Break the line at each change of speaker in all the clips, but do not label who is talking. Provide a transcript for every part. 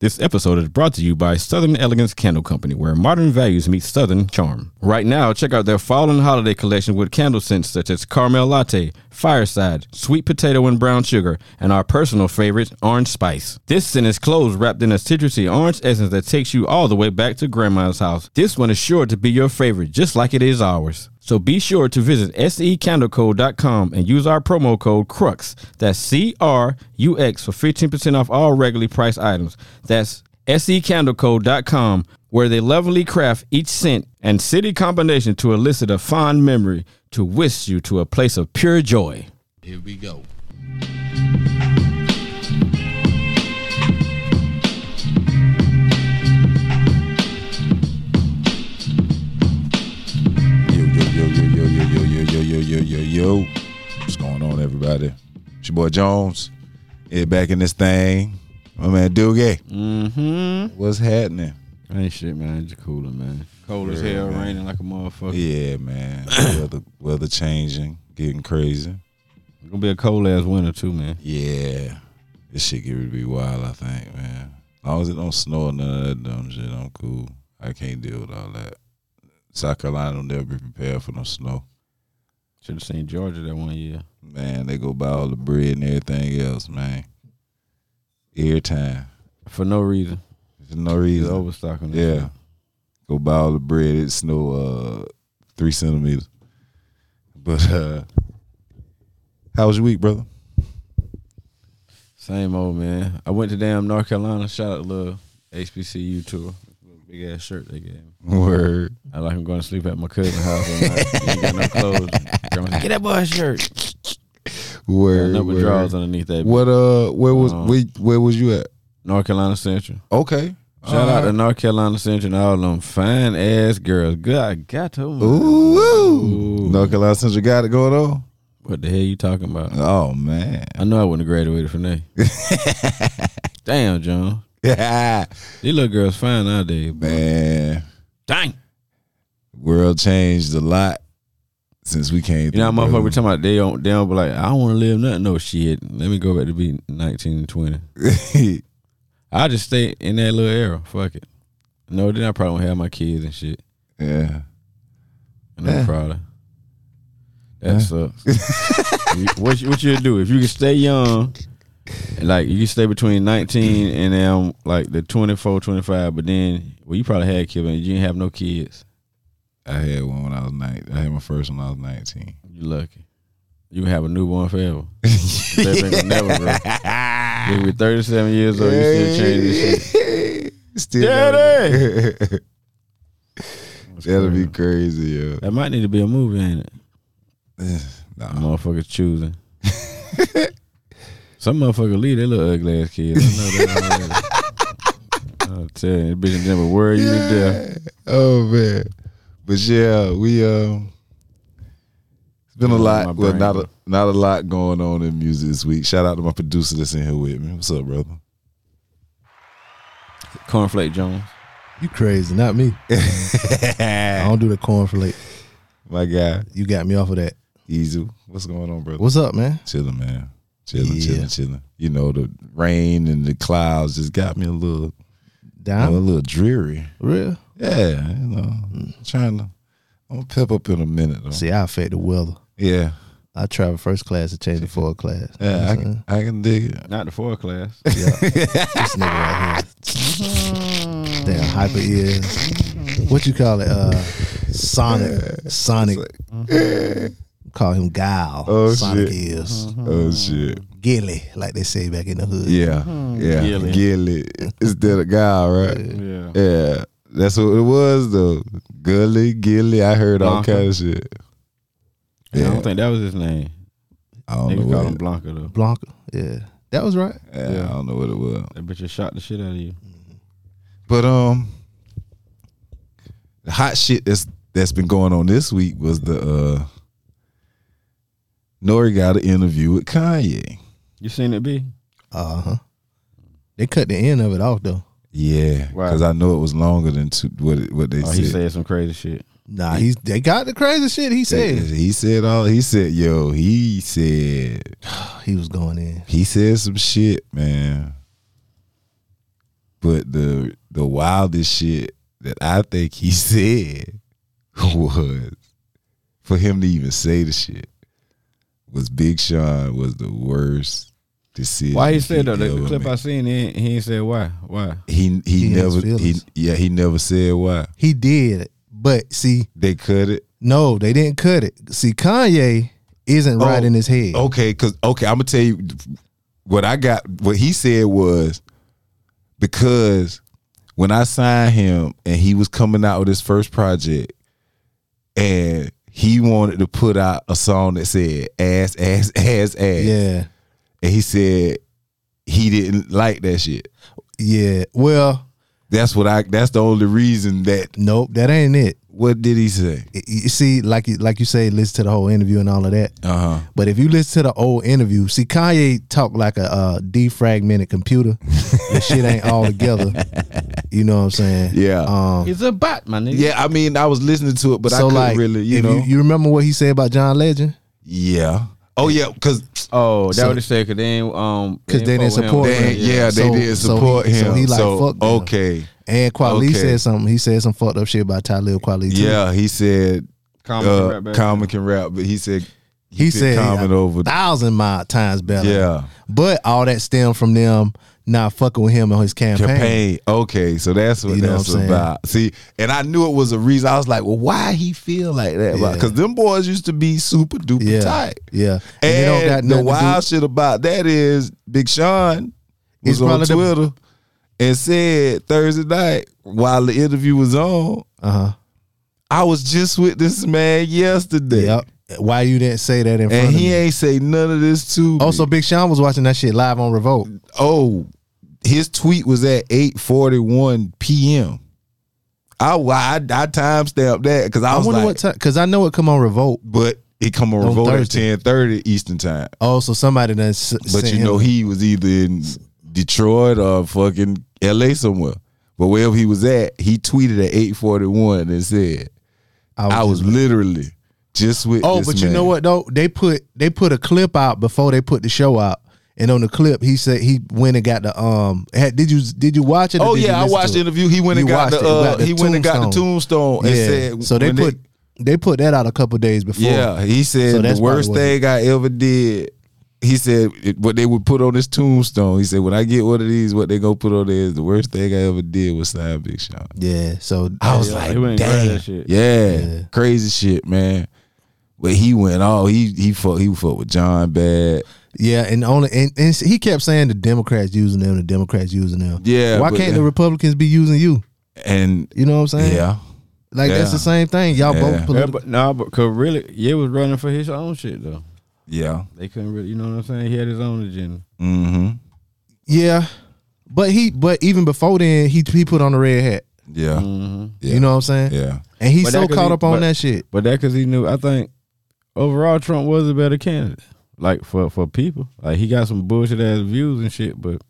This episode is brought to you by Southern Elegance Candle Company, where modern values meet Southern charm. Right now, check out their fall and holiday collection with candle scents such as Caramel Latte, Fireside, Sweet Potato and Brown Sugar, and our personal favorite, Orange Spice. This scent is cloves wrapped in a citrusy orange essence that takes you all the way back to Grandma's house. This one is sure to be your favorite, just like it is ours. So be sure to visit E secandleco.com and use our promo code CRUX, that's C R U X, for 15% off all regularly priced items. That's E secandleco.com, where they lovingly craft each scent and city combination to elicit a fond memory to whisk you to a place of pure joy.
Here we go. Yo, yo, yo, yo, yo, yo, yo, yo, yo, yo, yo, yo, yo. What's going on, everybody? It's your boy Jones. Yeah, back in this thing. My man Doogie.
Mm-hmm.
What's happening?
Ain't shit, man. It's cooler, man. Cold as
Yeah,
hell,
man.
raining like a motherfucker.
Yeah, man. weather, weather changing, getting crazy.
It's gonna be a cold ass winter too, man.
Yeah. This shit get to be wild, I think, man. As long as it don't snow or none of that dumb shit, I'm cool. I can't deal with all that. South Carolina will never be prepared for no snow.
Should have seen Georgia that one year.
Man, they go buy all the bread and everything else, man. Every time.
For no reason.
There's no
He's
reason.
overstocking. that
Yeah.
shit.
Go buy all the bread. It snow uh three centimeters. But uh how was your week, brother?
Same old man. I went to damn North Carolina. Shout out little HBCU tour. Little Big ass shirt they gave me.
Word.
I like I'm going to sleep at my cousin's house. all night. You ain't got no clothes. Grandma said, Get that boy a shirt.
Word.
Got number
word.
drawers underneath that.
What uh where was
Um,
where, where was you at?
North Carolina Central.
Okay.
Shout out to North Carolina Central and all them fine ass girls. Good, I got them.
Ooh,
Ooh.
Ooh. North Carolina Central got it going on.
What the hell you talking about?
Oh man.
I know I wouldn't have graduated from there. Damn, John.
man.
These little girls fine nowadays. But dang.
World changed a lot since we came
You know,
through,
motherfucker, we
brother.
talking about they don't, they don't be like, I don't want to live nothing, no shit. Let me go back to be 19 and 20. I just stay in that little era. Fuck it. No, then I probably won't have my kids and shit.
yeah.
And I'm
Yeah.
proud of. That sucks. You- what you, what you do if you can stay young, like you can stay between 19 and um like the 24, 25, but then well you probably had kids and you didn't have no kids.
I had one when I was nine. I had my first one when I was nineteen.
You lucky. You can have a newborn forever. That thing will never grow. You'll be 37 years old. You still change this shit.
Still
Daddy!
gotta- That'll be crazy, yo.
That might need to be a movie, ain't it?
Nah.
Motherfuckers choosing. Some motherfucker leave their little ugly ass kids. I know that already. I'll tell you, that bitch never worry you to death.
Oh man, but yeah, we um, it's been a
Yeah,
lot.
my
Well,
brain,
not a
bro.
not a lot going on in music this week. Shout out to my producer that's in here with me. What's up, brother?
Cornflake Jones.
You crazy, not me. I don't do the cornflake.
my guy,
You got me off of that.
Easy. What's going on, brother?
What's up, man?
Chilling, man. Chilling,
Yeah.
chilling, chilling. You know the rain and the clouds just got me a little, a
Down?
little dreary.
Real? Mm.
Yeah, you know, trying to. I'm gonna pep up in a minute though.
See, I affect the weather.
Yeah,
I travel first class to change to fourth class. You know
yeah,
what
I
I'm
can, I can dig it.
Not the fourth class.
saying? this nigga right here. Damn hyper ears. What you call it? Uh Sonic. Sonic. Mm-hmm. Call him Guile.
Oh,
Sonic
shit.
ears.
Oh shit.
Gilly, like they say back in the hood.
Yeah,
Mm-hmm.
yeah,
Gilly.
Gilly. It's that a guy, right?
Yeah.
Yeah, that's what it was though. Gully, Gilly. I heard
Uh-huh.
all
Blanca.
kind of shit.
I
Yeah,
don't think that was his name.
I don't know
Niggas
what.
called him
It,
Blanca though.
Blanca. Yeah. That was right.
yeah, I don't know what it was.
That bitch just shot the shit out of you.
But um, the hot shit that's that's been going on this week was the uh, Nori got an interview with Kanye.
You seen it be?
Uh huh. They cut the end of it off though.
Yeah,
Why?
because I know it was longer than two, what it- what they
Oh,
said.
he said some crazy shit.
Nah, he's they got the crazy shit he said.
He said all. He said, "Yo," he said.
He was going in.
He said some shit, man. But the the wildest shit that I think he said was for him to even say the shit was Big Sean was the worst decision.
Why he said though? The, the
ever
clip
made.
I seen, he ain't, he ain't said why. Why?
he he,
He had his
never he,
feelings.
yeah he never said why
He did, it, but see,
they cut it.
no, they didn't cut it. See, Kanye isn't right
Oh,
in his head.
Okay, cause okay, I'm gonna tell you what I got. What he said was because when I signed him and he was coming out with his first project, and he wanted to put out a song that said ass, ass, ass, ass,
Yeah,
and he said he didn't like that shit.
yeah. Well,
That's what I. That's the only reason that.
nope, that ain't it.
What did he say?
Y- You see, like you like you say, listen to the whole interview and all of that.
Uh huh.
But if you listen to the old interview, see Kanye talk like a uh, defragmented computer. the shit ain't all together. You know what I'm saying?
Yeah.
Um,
It's a bot, my nigga.
Oh. Yeah, I mean, I was listening to it, but I
so
couldn't
like,
really, you
if
know.
you, you remember what he said about John Legend?
yeah. Oh yeah, because
Oh, that
So-
what he said. Cause they ain't, um,
'Cause they didn't
fuck with him.
support
They,
him.
yeah, they
So-
didn't
so he-
support him.
so
So,
he like, fuck them.
okay,
And Kweli
Okay.
said something. He said some fucked up shit about Talib Kweli too.
yeah, he said
Common
uh,
rap back.
Common can rap, but he said
He, said
Common
a
over.
thousand mile times better.
Yeah,
But all that stemmed from them not fucking with him and his campaign.
campaign. Okay, so that's what
You know
that's
what I'm saying?
about. See, and I knew it was a reason. I was like, well, why he feel like that?
Yeah.
Because them boys used to be super duper
Yeah.
tight.
Yeah.
And,
And, they don't got
the
nothing to do-
wild shit about that is Big Sean
He's
was on
probably the-
Twitter and said Thursday night while the interview was on,
Uh-huh.
I was just with this man yesterday.
Yep. Why you didn't say that in front
And
of
he
me? Oh,
ain't say none of this to me.
Also, Big Sean was watching that shit live on Revolt.
oh, his tweet was at 8:41 p.m. I I, I timestamped that because I
I
was
wonder
like,
what time, because I know it come on Revolt.
but it come on
On
revolt at
Thursday.
10:30 Eastern time.
Oh, so somebody done. s-
But
sent
you know
him.
he was either in Detroit or fucking L.A. somewhere. But wherever he was at, he tweeted at 8:41 and said, "I was literally just with."
Oh,
this
but you
man.
know what though? They put they put a clip out before they put the show out, and on the clip he said he went and got the um. Had, did you did you watch it? or
Oh
did you
yeah, I
listen to
watched the
it?
interview. He went and
You
got the,
watched it. You
uh,
got the
he went and got the tombstone and said
so they
when
put they, put that out a couple days before.
Yeah, he said
So that's
the worst
probably
thing I ever did. He said it- what they would put on his tombstone. He said when I get one of these, what they gonna put on there is the worst thing I ever did was sign Big Sean.
yeah. So
I was
Yeah,
like,
he went and grabbed
damn,
that shit.
Yeah,
Yeah.
crazy shit, man. But he went all he he fuck he fuck with John bad.
yeah, and only and, and he kept saying the Democrats using them, the Democrats using them.
Yeah,
Why
but-
can't the Republicans be using you?
and
You know what I'm saying?
yeah,
Like that's
Yeah.
the same thing. Y'all
Yeah.
both.
Yeah,
Politi-
but nah, but cause really, yeah, was running for his own shit though.
yeah,
They couldn't really, you know what I'm saying. He had his own agenda.
mm-hmm,
yeah. But he, but even before then, he he put on the red hat.
yeah,
Mm.
hmm
yeah,
You know what I'm saying?
yeah,
And he's
But
so
that could
caught
be-
up on
but-
that shit.
But that because he knew. I think overall, Trump was a better candidate. Like for for people, like he got some bullshit ass views and shit. But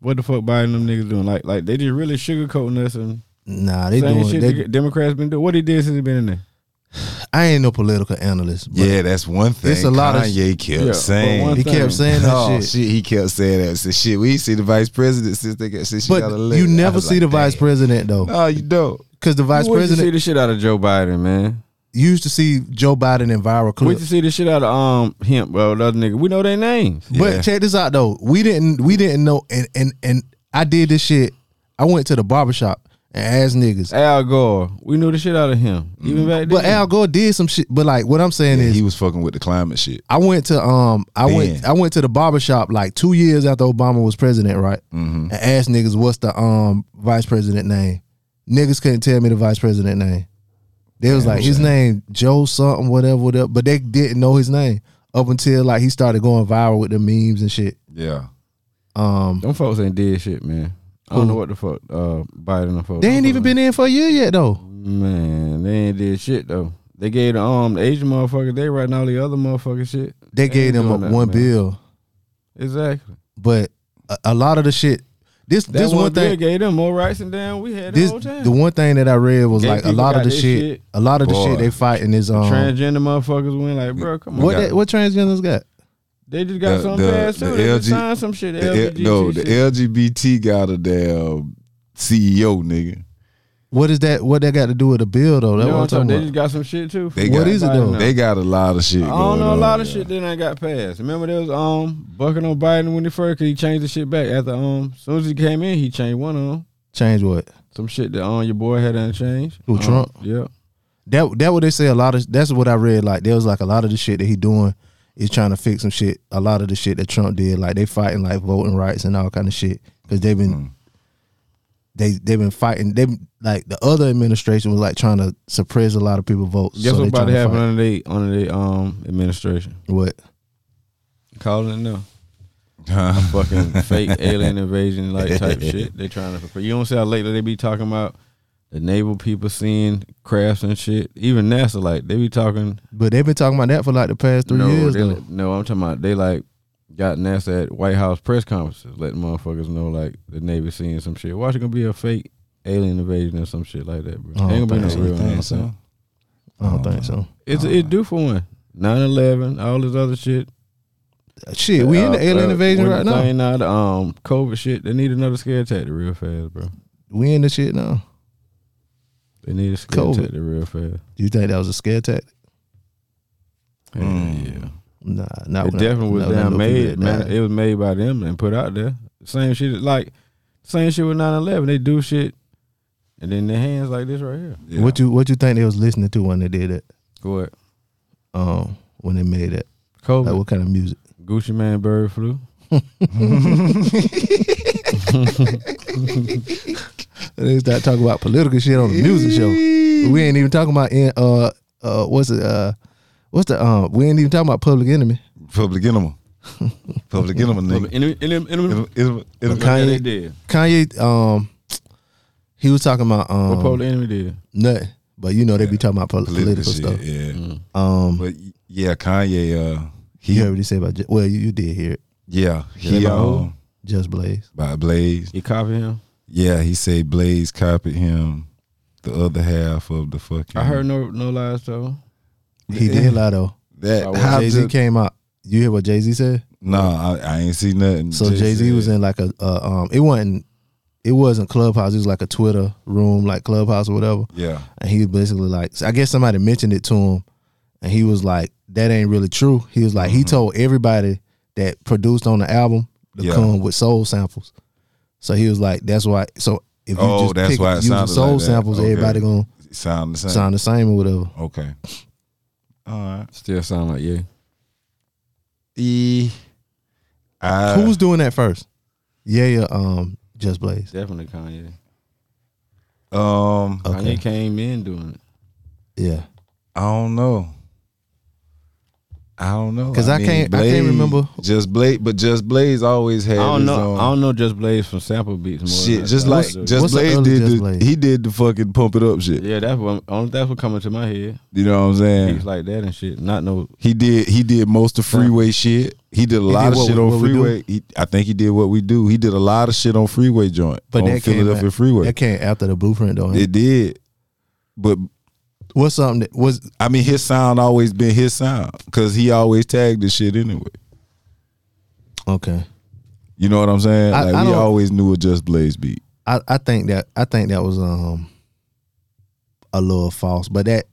what the fuck Biden them niggas doing? Like like they just really sugarcoating us and
Nah, they
same
doing.
shit
They,
the Democrats been doing. What he did since he been in there?
I ain't no political analyst. But
yeah. That's one thing.
It's a lot of-
Kanye kept
Yeah, but
saying.
one
He
thing.
kept saying that
oh,
shit.
He kept saying that. Said, shit, we ain't see the vice president since they got since she
But
got elected.
you
I
never
was like,
see the vice Oh,
"Damn."
president though,
No, you don't.
because the vice
Where'd you see
president
the shit out of Joe Biden, man?
used to see Joe Biden in viral
Where'd you
clips.
see the shit out of um him? Well, the other nigga, we know their names.
But
Yeah.
check this out though, we didn't we didn't know, and and and I did this shit. I went to the barbershop and asked niggas.
Al Gore, we knew the shit out of him. Even back then,
Mm-hmm. But Al Gore did some shit. But like what I'm saying
Yeah,
is,
he was fucking with the climate shit.
I went to um I
Then.
went I went to the barbershop like two years after Obama was president, right?
Mm-hmm. Mm.
And asked niggas what's the um vice president name. Niggas couldn't tell me the vice president name. They was like his name Joe something whatever whatever, but they didn't know his name up until like he started going viral with the memes and shit.
Yeah.
Um,
them folks ain't did shit, man. I don't know what the fuck uh, Biden and folks.
they ain't even been in for a year yet though.
Man, they ain't did shit though. They gave the um the Asian motherfucker. They writing all the other motherfucking shit.
They
ain't
gave them a,
doing that,
one
man.
bill,
Exactly.
but a, a lot of the shit. This
That
this
one,
one
bill
thing.
gave them more rights than damn we had the
This
whole time.
the one thing that I read was
Gay
like a
people
lot of
got
the
this
shit,
shit.
A lot of the
Boy.
shit they fighting is um.
Transgender motherfuckers win. Like, bro, come on.
What
got
that,
it.
what transgenders got?
They just got
The-
something
the-
passed
the
too. They just
LG
signed some shit.
The L-
LGBTQ
no, the
shit.
LGBT got a damn CEO, nigga.
What is that? What that got to do with the bill though? That's
You know
what I'm talking
They just
about.
got some shit too.
They
What
got,
is it, though?
They got a lot of shit.
I don't
going
know a
on,
lot of
yeah.
shit that ain't got passed. Remember there was um bucking on Biden when he first 'cause he changed the shit back after um as soon as he came in he changed one of them
Change what?
some shit that um your boy had unchanged.
Who,
Um,
Trump?
Yeah.
That that what they say. A lot of that's what I read. Like there was like a lot of the shit that he doing is trying to fix some shit. A lot of the shit that Trump did, like they fighting like voting rights and all kind of shit because they've been
Mm.
they they've been fighting. They like the other administration was like trying to suppress a lot of people votes.
Guess what
so they
about to
tryna
happen
fight.
under they under the um administration?
What?
Calling it now.
Huh?
fucking fake alien invasion like type shit. They trying to. You don't see how lately they be talking about the naval people seeing crafts and shit. Even NASA, like they be talking.
But they've been talking about that for like the past three
no,
years.
they-
Though.
no, I'm talking about they like got NASA at White House press conferences, letting motherfuckers know like the Navy seeing some shit. Why is it gonna be a fake alien invasion or some shit like that, bro?
I don't
Ain't gonna be
think
no
so.
real
You think
NASA.
so?
I don't
Oh,
think so.
It's it do for one. 9-11, all this other shit.
Shit, we in the
Uh,
alien
uh,
invasion
when the
right now.
thing Now, the, um, COVID shit. They need another scare tactic real fast, bro.
We in the shit now.
They need a scare
COVID.
tactic real fast.
Do you think that was a scare tactic?
Yeah,
Mm.
yeah.
Nah, not
it definitely was
not when I
damn
look at
made.
it,
Man,
nah.
it was made by them and put out there. Same shit, like same shit with 9-11. They do shit, and then their hands like this right here.
Yeah.
What you what you think they was listening to when they did it?
What?
Um, when they made it,
COVID.
like what kind of music?
Gucci Man bird flu.
They start talking about political shit on the music show. We ain't even talking about in uh uh what's it uh what's the um we ain't even talking about Public Enemy.
Public enemy. Public enemy, nigga.
Enemy- enemy- enemy-
Enemy- enemy-
Look
enemy.
how
Kanye-
they did.
Kanye um he was talking about
What
um
Public Enemy did.
nothing, but you know they be talking about pol-
Political
political,
shit,
stuff.
yeah.
Um,
But yeah, Kanye. Uh,
you
he
heard what he said about Ju- well you, you did hear it,
yeah
that
he
about who?
um,
Just Blaze.
by Blaze.
You copy him.
Yeah, he say Blaze copied him. The other half of the fucking.
I heard no no lies though.
He did lie though.
that.
About
How
Jay Z
did,
came out. You hear what Jay Z said?
no, I, I ain't see nothing.
So Jay Z was in like a, a um it wasn't it wasn't Clubhouse, it was like a Twitter room, like Clubhouse or whatever.
Yeah,
And he was basically like I guess somebody mentioned it to him and he was like, That ain't really true. He was like he
Mm-hmm.
told everybody that produced on the album to
Yeah.
come with soul samples. So he was like, That's why so if you
Oh,
just
that's
pick
why it
using
sounded
soul
like that.
samples,
Okay.
everybody gonna
sound the same.
sound the same or whatever.
Okay. All right.
Still sound like yeah.
E. I,
Who was doing that first? Yeah, yeah, um, Just Blaze.
Definitely Kanye.
um?
Okay.
Kanye came in doing it.
Yeah.
I don't know. I don't know.
'Cause I can't- I can't remember.
Just Blaze, but Just Blaze always had.
I don't
his
know.
own
I don't know. Just Blaze from sample beats. More than
Shit,
I-
just
I
like
do.
Just
What's the
Blaze
early
did.
Just
the,
Blaze?
He did the fucking pump it up shit.
yeah, that's what. Only that's what coming to my head.
You know what I'm saying?
Beats like that and shit. Not no
He did. He did most of freeway shit. He did a lot
did
of
what
shit
we-
on
what we do?
freeway. He, I think he did what we do. He did a lot of shit on freeway joint.
But
on
that came
Philadelphia
out-
freeway.
That came after the blueprint though. ain't
It did, but
What's something that was
I mean, his sound always been his sound because he always tagged the shit anyway.
okay?
You know what I'm saying?
I-
like
I
we
don't-
always knew a Just Blaze beat.
I, I think that I think that was um a little false, but that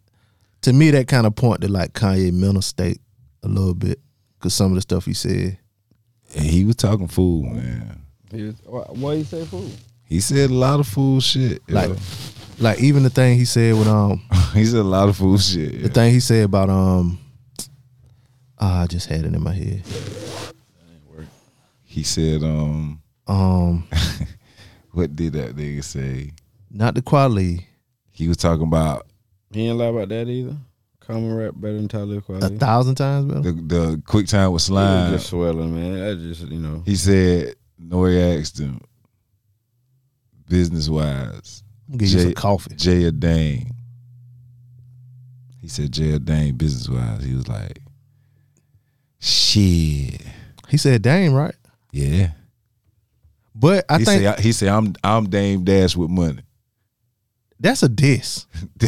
to me that kind of pointed like Kanye mental state a little bit because some of the stuff he said.
And he was talking fool, man.
What you say fool?
He said a lot of fool shit.
Like-
yeah.
Like even the thing he said with um
he said a lot of fool shit. yeah.
the thing he said about um ah, I just had it in my head
He said, um,
um
what did that nigga say?
not the quality
He was talking about
He ain't lie about that either. Common rap better than Talib
a
Kweli.
thousand times better.
the the quick time
He was
with slime.
just swelling, man. That just you know.
He said, Nori asked him, business wise,
I'm gonna give you
Jay-
some coffee.
Jay Dane. He said Jay Dane business wise. He was like, shit.
He said Dame right,
Yeah.
but I
he
think
said he said I'm I'm Dame Dash with money.
that's a diss.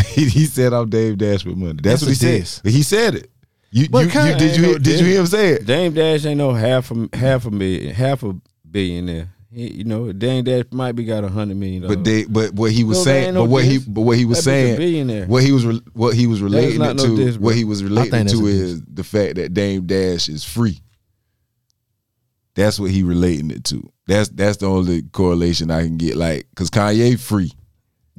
he said I'm Dame Dash with money. That's,
That's
what he
a
said.
diss.
He said it. You,
But
you,
kinda-
you did you
Ain't
hear-
no
did you hear him say it?
Dame Dash ain't no half a half a million, half a billionaire. He, you know, Dame Dash might be got a hundred million. dollars.
But they, but what he was
No, there
saying,
ain't no
but what he,
diss.
but what he was
That bitch a
saying,
billionaire.
what he was, re- what he was relating
not
it
no
to,
diss, bro.
what he was
I
relating
think
to
that's a
is the fact that Dame Dash is free. That's what he relating it to. That's that's the only correlation I can get. Like, cause Kanye free.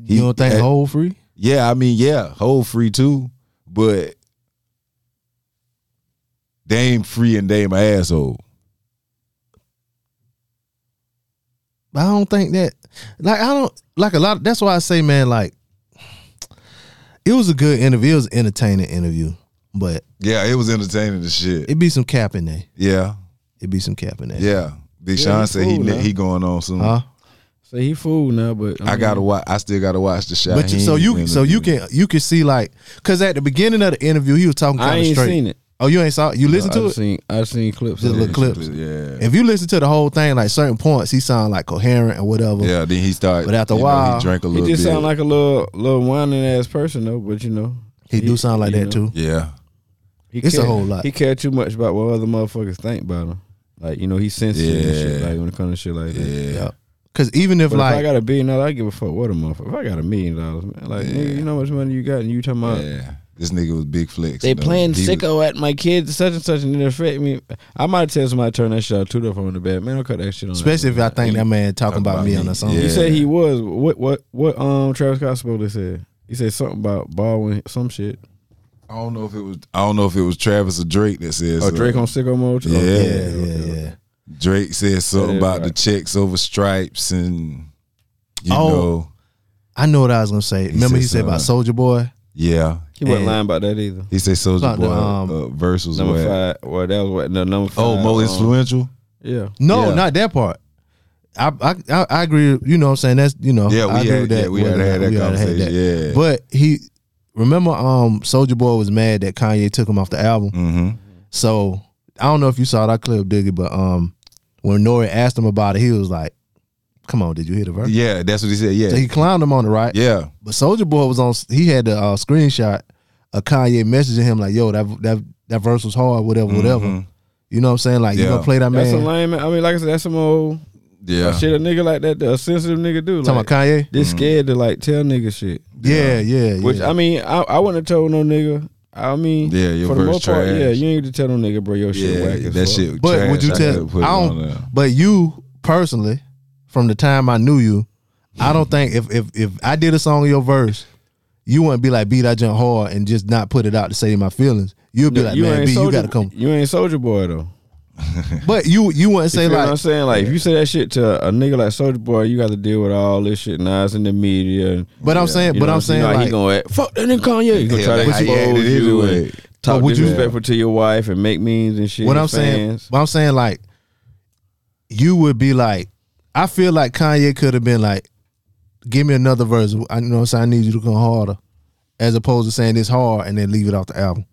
He-
you don't think
that-
whole free?
Yeah, I mean, yeah, whole free too, but Dame free and Dame a asshole.
I don't think that. Like I don't like a lot. that's why I say, man. Like it was a good interview. It was an entertaining interview, but
Yeah, it was entertaining as shit.
it be some cap in there.
Yeah,
It be some cap in there.
yeah. Big
Yeah,
Sean
he
said he
cool
ne-
now.
he going on soon.
Huh?
so he fooled now. But
I
mean,
gotta watch. I still gotta watch the shot.
But you, so you so you can you can see like because at the beginning of the interview he was talking
I
kind of
ain't
straight.
seen it.
Oh, you ain't saw you listen
I
to it.
Seen, I seen clips.
Just
of
look
it.
clips.
Yeah,
If you listen to the whole thing, like certain points, he sound like coherent or whatever.
yeah. Then he started.
But after a
you know,
while,
he drank a
He
little
just
bit.
sound like a little little whining ass person though. But you know,
He do sound like
you
that
know,
too.
yeah,
He
It's a whole lot.
He care too much about what other motherfuckers think about him. Like you know, he's sensitive and shit.
Yeah.
Like when it comes to shit like that.
yeah,
Yeah. Cause even if
But
like
if I got a billion dollars, I give a fuck what a motherfucker. If I got a million dollars, man, like nigga, you know how much money you got, and you talking about
yeah. This nigga was big flex.
they
you know.
playing
He was-
sicko at my kids, such and such, and it affect me. I might tell somebody to turn that shit out too though from the bed. Man, I'll cut that shit on.
especially if I think that man talking about,
about
me
me.
on the song.
you
Yeah.
said he was what what what um Travis Scott supposedly said. He said something about Baldwin, some shit.
I don't know if it was. I don't know if it was Travis or Drake that said.
Oh,
something.
Drake on sicko mode.
Yeah.
Yeah,
Okay,
yeah,
okay,
yeah.
okay.
Drake said something
Yeah,
about the
right.
checks over stripes and you
Oh.
know.
I know what I was gonna say. Remember
said
he said about Soldier Boy.
Yeah,
He wasn't
And-
lying about that either.
he said Soldier
About
Boy
the, um,
uh, verse was
Number
whack.
five. Well, that was what no number five.
Oh, Mo
um,
influential.
Yeah.
No,
Yeah.
not that part. I, I I I agree. You know what I'm saying? That's you know.
Yeah,
oh, I
we
agree
had
with that.
yeah, we
whether
had
or
had
not
that
we already had
conversation. Yeah,
But he remember um Soldier Boy was mad that Kanye took him off the album.
mm-hmm.
So I don't know if you saw that clip, Diggy, but um when Nori asked him about it, he was like, Come on, did you hear the verse?
yeah, that's what he said. Yeah,
So he clowned him on the right.
yeah.
But Soldier Boy was on he had the uh, screenshot of Kanye messaging him like, yo, that that that verse was hard, whatever, whatever.
Mhm.
You know what I'm saying? Like you
Yeah.
gonna play that
That's
man
a lame. I mean, like I said, that's some old
Yeah,
shit a nigga like that, a sensitive nigga do.
talking
Like,
about Kanye?
Mm.
they scared to like tell nigga shit.
Yeah, yeah, yeah.
Which I mean, I, I wouldn't have told no nigga. I mean,
Yeah, your
for the
verse
most part,
trash.
yeah, you ain't to tell no nigga, bro, your shit whack.
yeah,
as
that
fuck.
shit.
But
trash.
would you
I
tell-
could've put it
I
on
don't-
there.
But you personally, from the time I knew you, I don't think if if if I did a song in your verse, you wouldn't be like beat I jump hard and just not put it out to save my feelings. You'd be
You-
like,
you
man,
ain't
B, you
Soulja-
gotta come.
You ain't soldier boy though.
But you you wouldn't
you
say
feel what I'm
like
saying? Like if you say that shit to a nigga like soldier boy, you got to deal with all this shit now. It's in the media. And,
but I'm
you
saying
know
but
what
I'm
saying?
saying
Like, he
like
gonna act, fuck that nigga Kanye. He gonna
Yeah,
try to
like, he acted
expose you
anyway.
and talk
would you-
disrespectful to your wife and make memes and shit.
what
and
I'm saying
fans.
but I'm saying like you would be like I feel like Kanye could have been like, give me another verse. I you know what I'm saying, I need you to come harder. As opposed to saying this hard and then leave it off the album.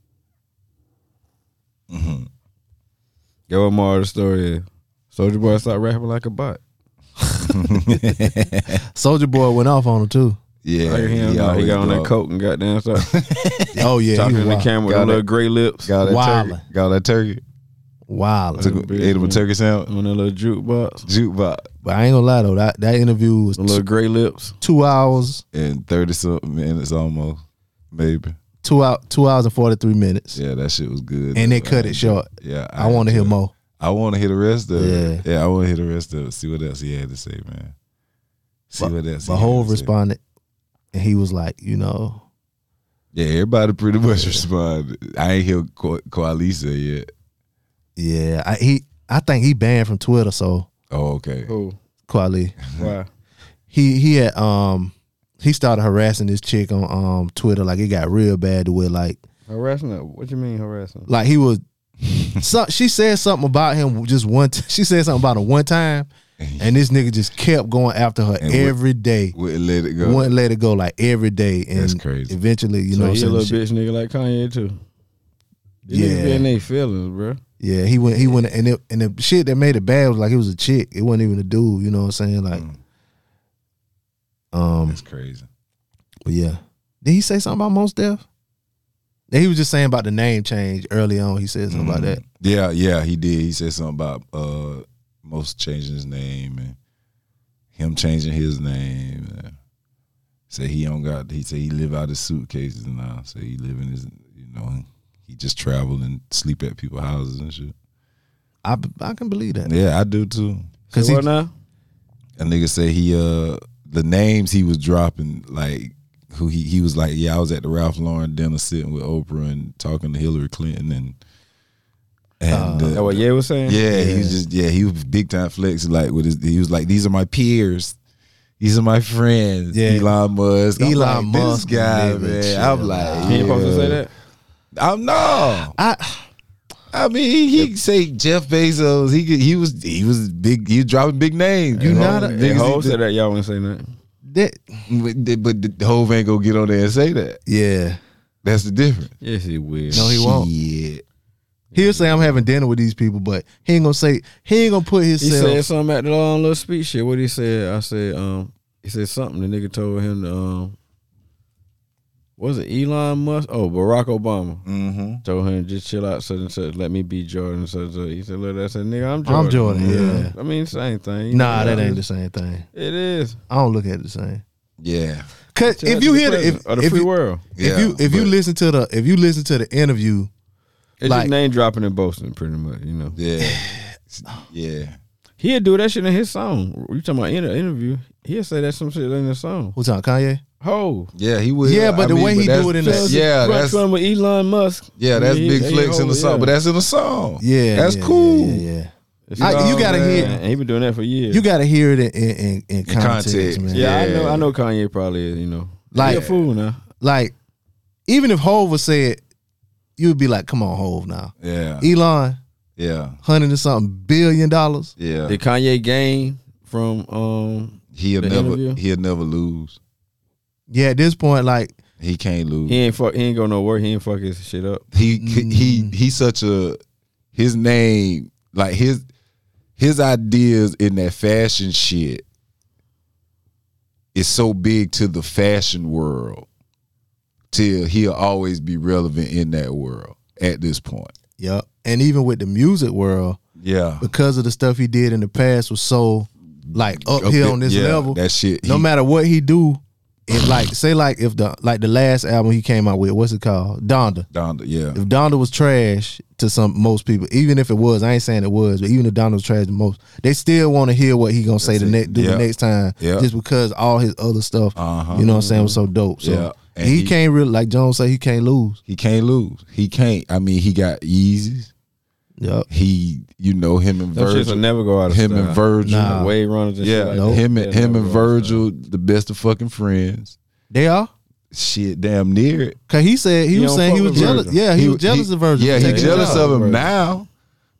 Yo, what more of the story is? Soldier Boy start rapping like a bot.
Soldier Boy went off on him too.
Yeah,
I hear him.
he
He,
always
got on that
go-
coat and goddamn stuff.
Oh yeah. he
talking
was
to the
wild.
camera with
Got
the
it.
little gray lips.
Got that turkey.
Wildin'.
Got that turkey.
Wild.
Took
Little
ate him a
bitch,
turkey sandwich.
On that little jukebox.
Jukebox
But I ain't gonna lie though, that, that interview was
The little gray lips.
two hours,
in thirty something minutes almost, maybe.
two out, two hours and forty three minutes,
Yeah, that shit was good.
and they
though.
cut it short.
Yeah,
I, want to hear more.
I want to hear the rest of it.
Yeah.
Yeah, I want to hear the rest of it. See what else he had to say, man. See what else.
But
he had
Hove
to say.
responded, and he was like, you know,
Yeah, everybody pretty much responded. I ain't hear Ko- Koalisa yet.
yeah, I, he, I think he banned from Twitter. So
Oh, okay.
Who?
Kweli,
Why?
he, he had, um, he started harassing this chick on um Twitter. Like it got real bad to where like,
Harassing her. What you mean harassing?
like he was. So, she said something about him just one. T- she said something about him one time, and this nigga just kept going after her
And what-
every day.
Wouldn't let it go.
wouldn't let it go like every day, and
That's crazy.
eventually, you
so
know, what I'm
he a
saying?
little
Shit-
bitch nigga like Kanye too. These
Yeah.
niggas be in their feelings, bro.
yeah, he went, he went, and it, and the shit that made it bad was like it was a chick, it wasn't even a dude, you know what I'm saying? Like,
Mm.
um,
That's crazy.
but yeah, did he say something about most death? He was just saying about the name change early on. He said something about
Mm-hmm.
that.
Mm-hmm. Yeah, yeah, he did. He said something about uh most changing his name and him changing his name. and said he don't got. He said he live out his suitcases now. So he live in his, you know, he just travel and sleep at people's houses and shit.
I I can believe that
Yeah, I do too.
because
Say
he
what now?
A nigga said he uh the names he was dropping like who he he was like yeah I was at the Ralph Lauren dinner sitting with Oprah and talking to Hillary Clinton and and uh,
That what Ye was saying?
Yeah, he was just yeah, he was big time flex like with his he was like, These are my peers. These are my friends.
Yeah.
Elon Musk. I'm
Elon
like,
Musk,
this guy,
nigga,
man.
chill
I'm like
He ain't supposed to say
yeah.
that.
I'm no.
I
I mean he, he say Jeff Bezos, he could- he was he was big he was dropping big names.
You
Hov-
not a-
niggas,
Hey,
he
Hov
did-
said that y'all wouldn't say nothing.
that
But the- but the Hove ain't gonna get on there and say that.
yeah.
That's the difference.
Yes, he weird.
No, he won't.
Shit.
He'll say I'm having dinner with these people, but he ain't gonna say he ain't gonna put
He
himself.
said something at the long little speech shit. What he said? I said, um, he said something. The nigga told him, um, was it Elon Musk? Oh, Barack Obama
Mm-hmm.
told him just chill out. Such and such. Let me be Jordan. Such and such. He said, look, that's a nigga. I'm Jordan.
I'm Jordan, yeah.
I mean, same thing. You
nah,
know,
that ain't the same thing.
It is.
I don't look at it the same.
Yeah.
Cause
Shout out
if
to
you
the
hear the
president
if,
of the
if
free
you,
world,
Yeah,
if you if you
but-
listen to the if you listen to the interview,
it's
like-
just name dropping and boasting, pretty much. You know,
Yeah. yeah.
he'll do that shit in his song. You talking about in an interview? He'll say that some shit in the song.
who's on Kanye?
Ho.
Yeah, he would.
Yeah, but the way he do
that's-
it in
that's-
the-
yeah,
Right
that's
from with Elon Musk.
yeah, that's
He-
big
he
flex in the
hold-
song,
yeah.
but that's in the song.
Yeah,
that's
yeah, yeah,
cool.
Yeah, yeah.
It's
I-
all
you gotta
bad.
hear-
And he been doing that for years.
you gotta hear it in in, in, in context,
context.
man.
yeah, I
Yeah.
know. I know Kanye probably is. You know,
Like-
he a fool now.
Like even if Hove was said, you would be like, come on, Hove now.
Yeah,
Elon
yeah,
hundred and something billion dollars.
yeah.
Did Kanye gain from um?
He'll
the
never,
interview?
he'll never lose.
Yeah, at this point, like
He can't lose.
He ain't fuck. He ain't go nowhere. He ain't fuck his shit up.
he he he's such a his name like his his ideas in that fashion shit is so big to the fashion world till he'll always be relevant in that world at this point
Yep. And even with the music world,
yeah
because of the stuff he did in the past was so like uphill on this
yeah,
level.
that shit
no
he-
matter what he do, it like say like if the like the last album he came out with, what's it called? Donda.
Donda, yeah
If Donda was trash to some most people, even if it was, I ain't saying it was, but even if Donda was trash to most, they still want to hear what he gonna say the
That's it.
next do
Yeah.
the next time,
Yeah.
just because all his other stuff,
Uh-huh.
you know what I'm saying, was so dope. So
Yeah. And
he,
he-
can't really like Jones say he can't lose.
he can't lose he can't i mean he got Yeezys
Yep.
he you know him and
Those shits will
Virgil
never go out of
him
style.
and Virgil
Nah.
The Wave runners. And
yeah
shit like
Nope.
that.
him
Yeah,
and him
never
and
go out of style.
Virgil the best of fucking friends
They are.
shit damn near
Cause he said he,
He
was
don't
saying he
fuck
was
with
jealous.
Virgil.
Yeah, he, was jealous of Virgil.
Yeah,
for
he
taking
jealous
his
of
job.
him
Virgil.
now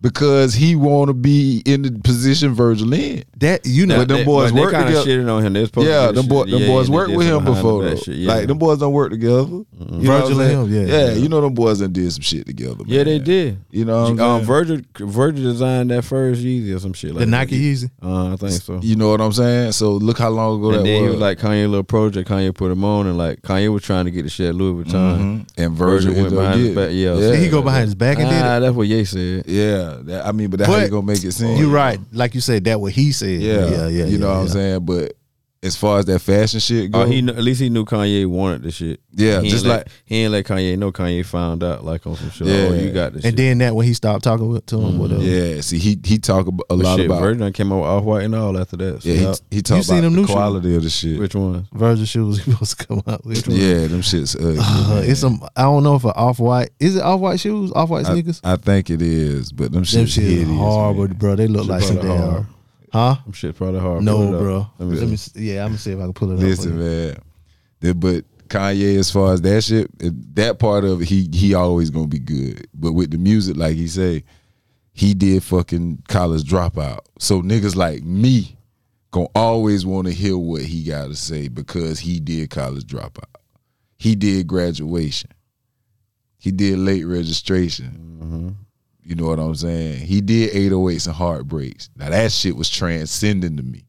because he want to be in the position Virgil in.
That you know,
But them
They-
boys
but they
work
kinda
together.
Shitting on him. They supposed to
Yeah,
do
them, boy,
shit.
them
Yeah,
boys
and they
worked
did
with
some
him
behind the
before though.
back shit, yeah. Mm-hmm.
Like them boys don't work together. You know what
Virgil
I'm
and
saying?
him, yeah, yeah.
you know them boys done did some shit together. Man.
Yeah, they did.
You know, what I'm
Um,
saying?
Virgil Virgil designed that first Yeezy or some shit like
the
that.
Nike Yeezy.
Uh, I think so.
you know what I'm saying. So look how long ago that
and then
was.
he was like Kanye little project. Kanye put him on, and like Kanye was trying to get the shit at Louis Vuitton.
Mhm. and
Virgil
Virgil,
went
ended up
behind his
getting it.
back, yeah.
yeah,
Did he go behind his back and
Ah, that's what Ye said.
that- yeah. That, I mean, but that's how
But
you gonna make it
did
seem.
it? You right, like you said, that what he said.
Yeah,
yeah, yeah.
You know
yeah,
what I'm
yeah.
saying. But as far as that fashion shit
Oh,
goes,
he kn- at least he knew Kanye wanted the shit.
yeah,
he
just
ain't let-
like
he ain't let Kanye know. Kanye found out like on some shit. like,
Yeah.
oh, you got this.
And
shit.
then that when he stopped talking with- to him, whatever.
Yeah, see, he he talk ab- a
But
lot
shit,
about
Virgil done came out off white and all after that. So
yeah,
yeah,
he, he talk
You seen
about
them
the
new shoes?
quality of the shit.
which one?
Virgil shoes he supposed to come out with.
yeah, them shits ugly.
Uh,
man.
it's some. I don't know if an off white. Is it off white shoes? Off white sneakers?
I, I think it is, but them
Them
shits
shit
hideous.
is horrible,
man.
bro. They look
Shit
like some
probably
damn.
hard.
Huh?
Some shit probably hard.
No,
Pull it up.
bro.
Let me see.
see. Yeah, I'm gonna see if I can pull it
Listen,
up.
man. The- but Kanye, as far as that shit, it- that part of it, he he always gonna be good. But with the music, like he say, he did fucking college dropout. So niggas like me gonna always want to hear what he got to say because he did college dropout. He did graduation. He did late registration.
Mm-hmm.
You know what I'm saying? He did 808s and heartbreaks. Now that shit was transcending to me.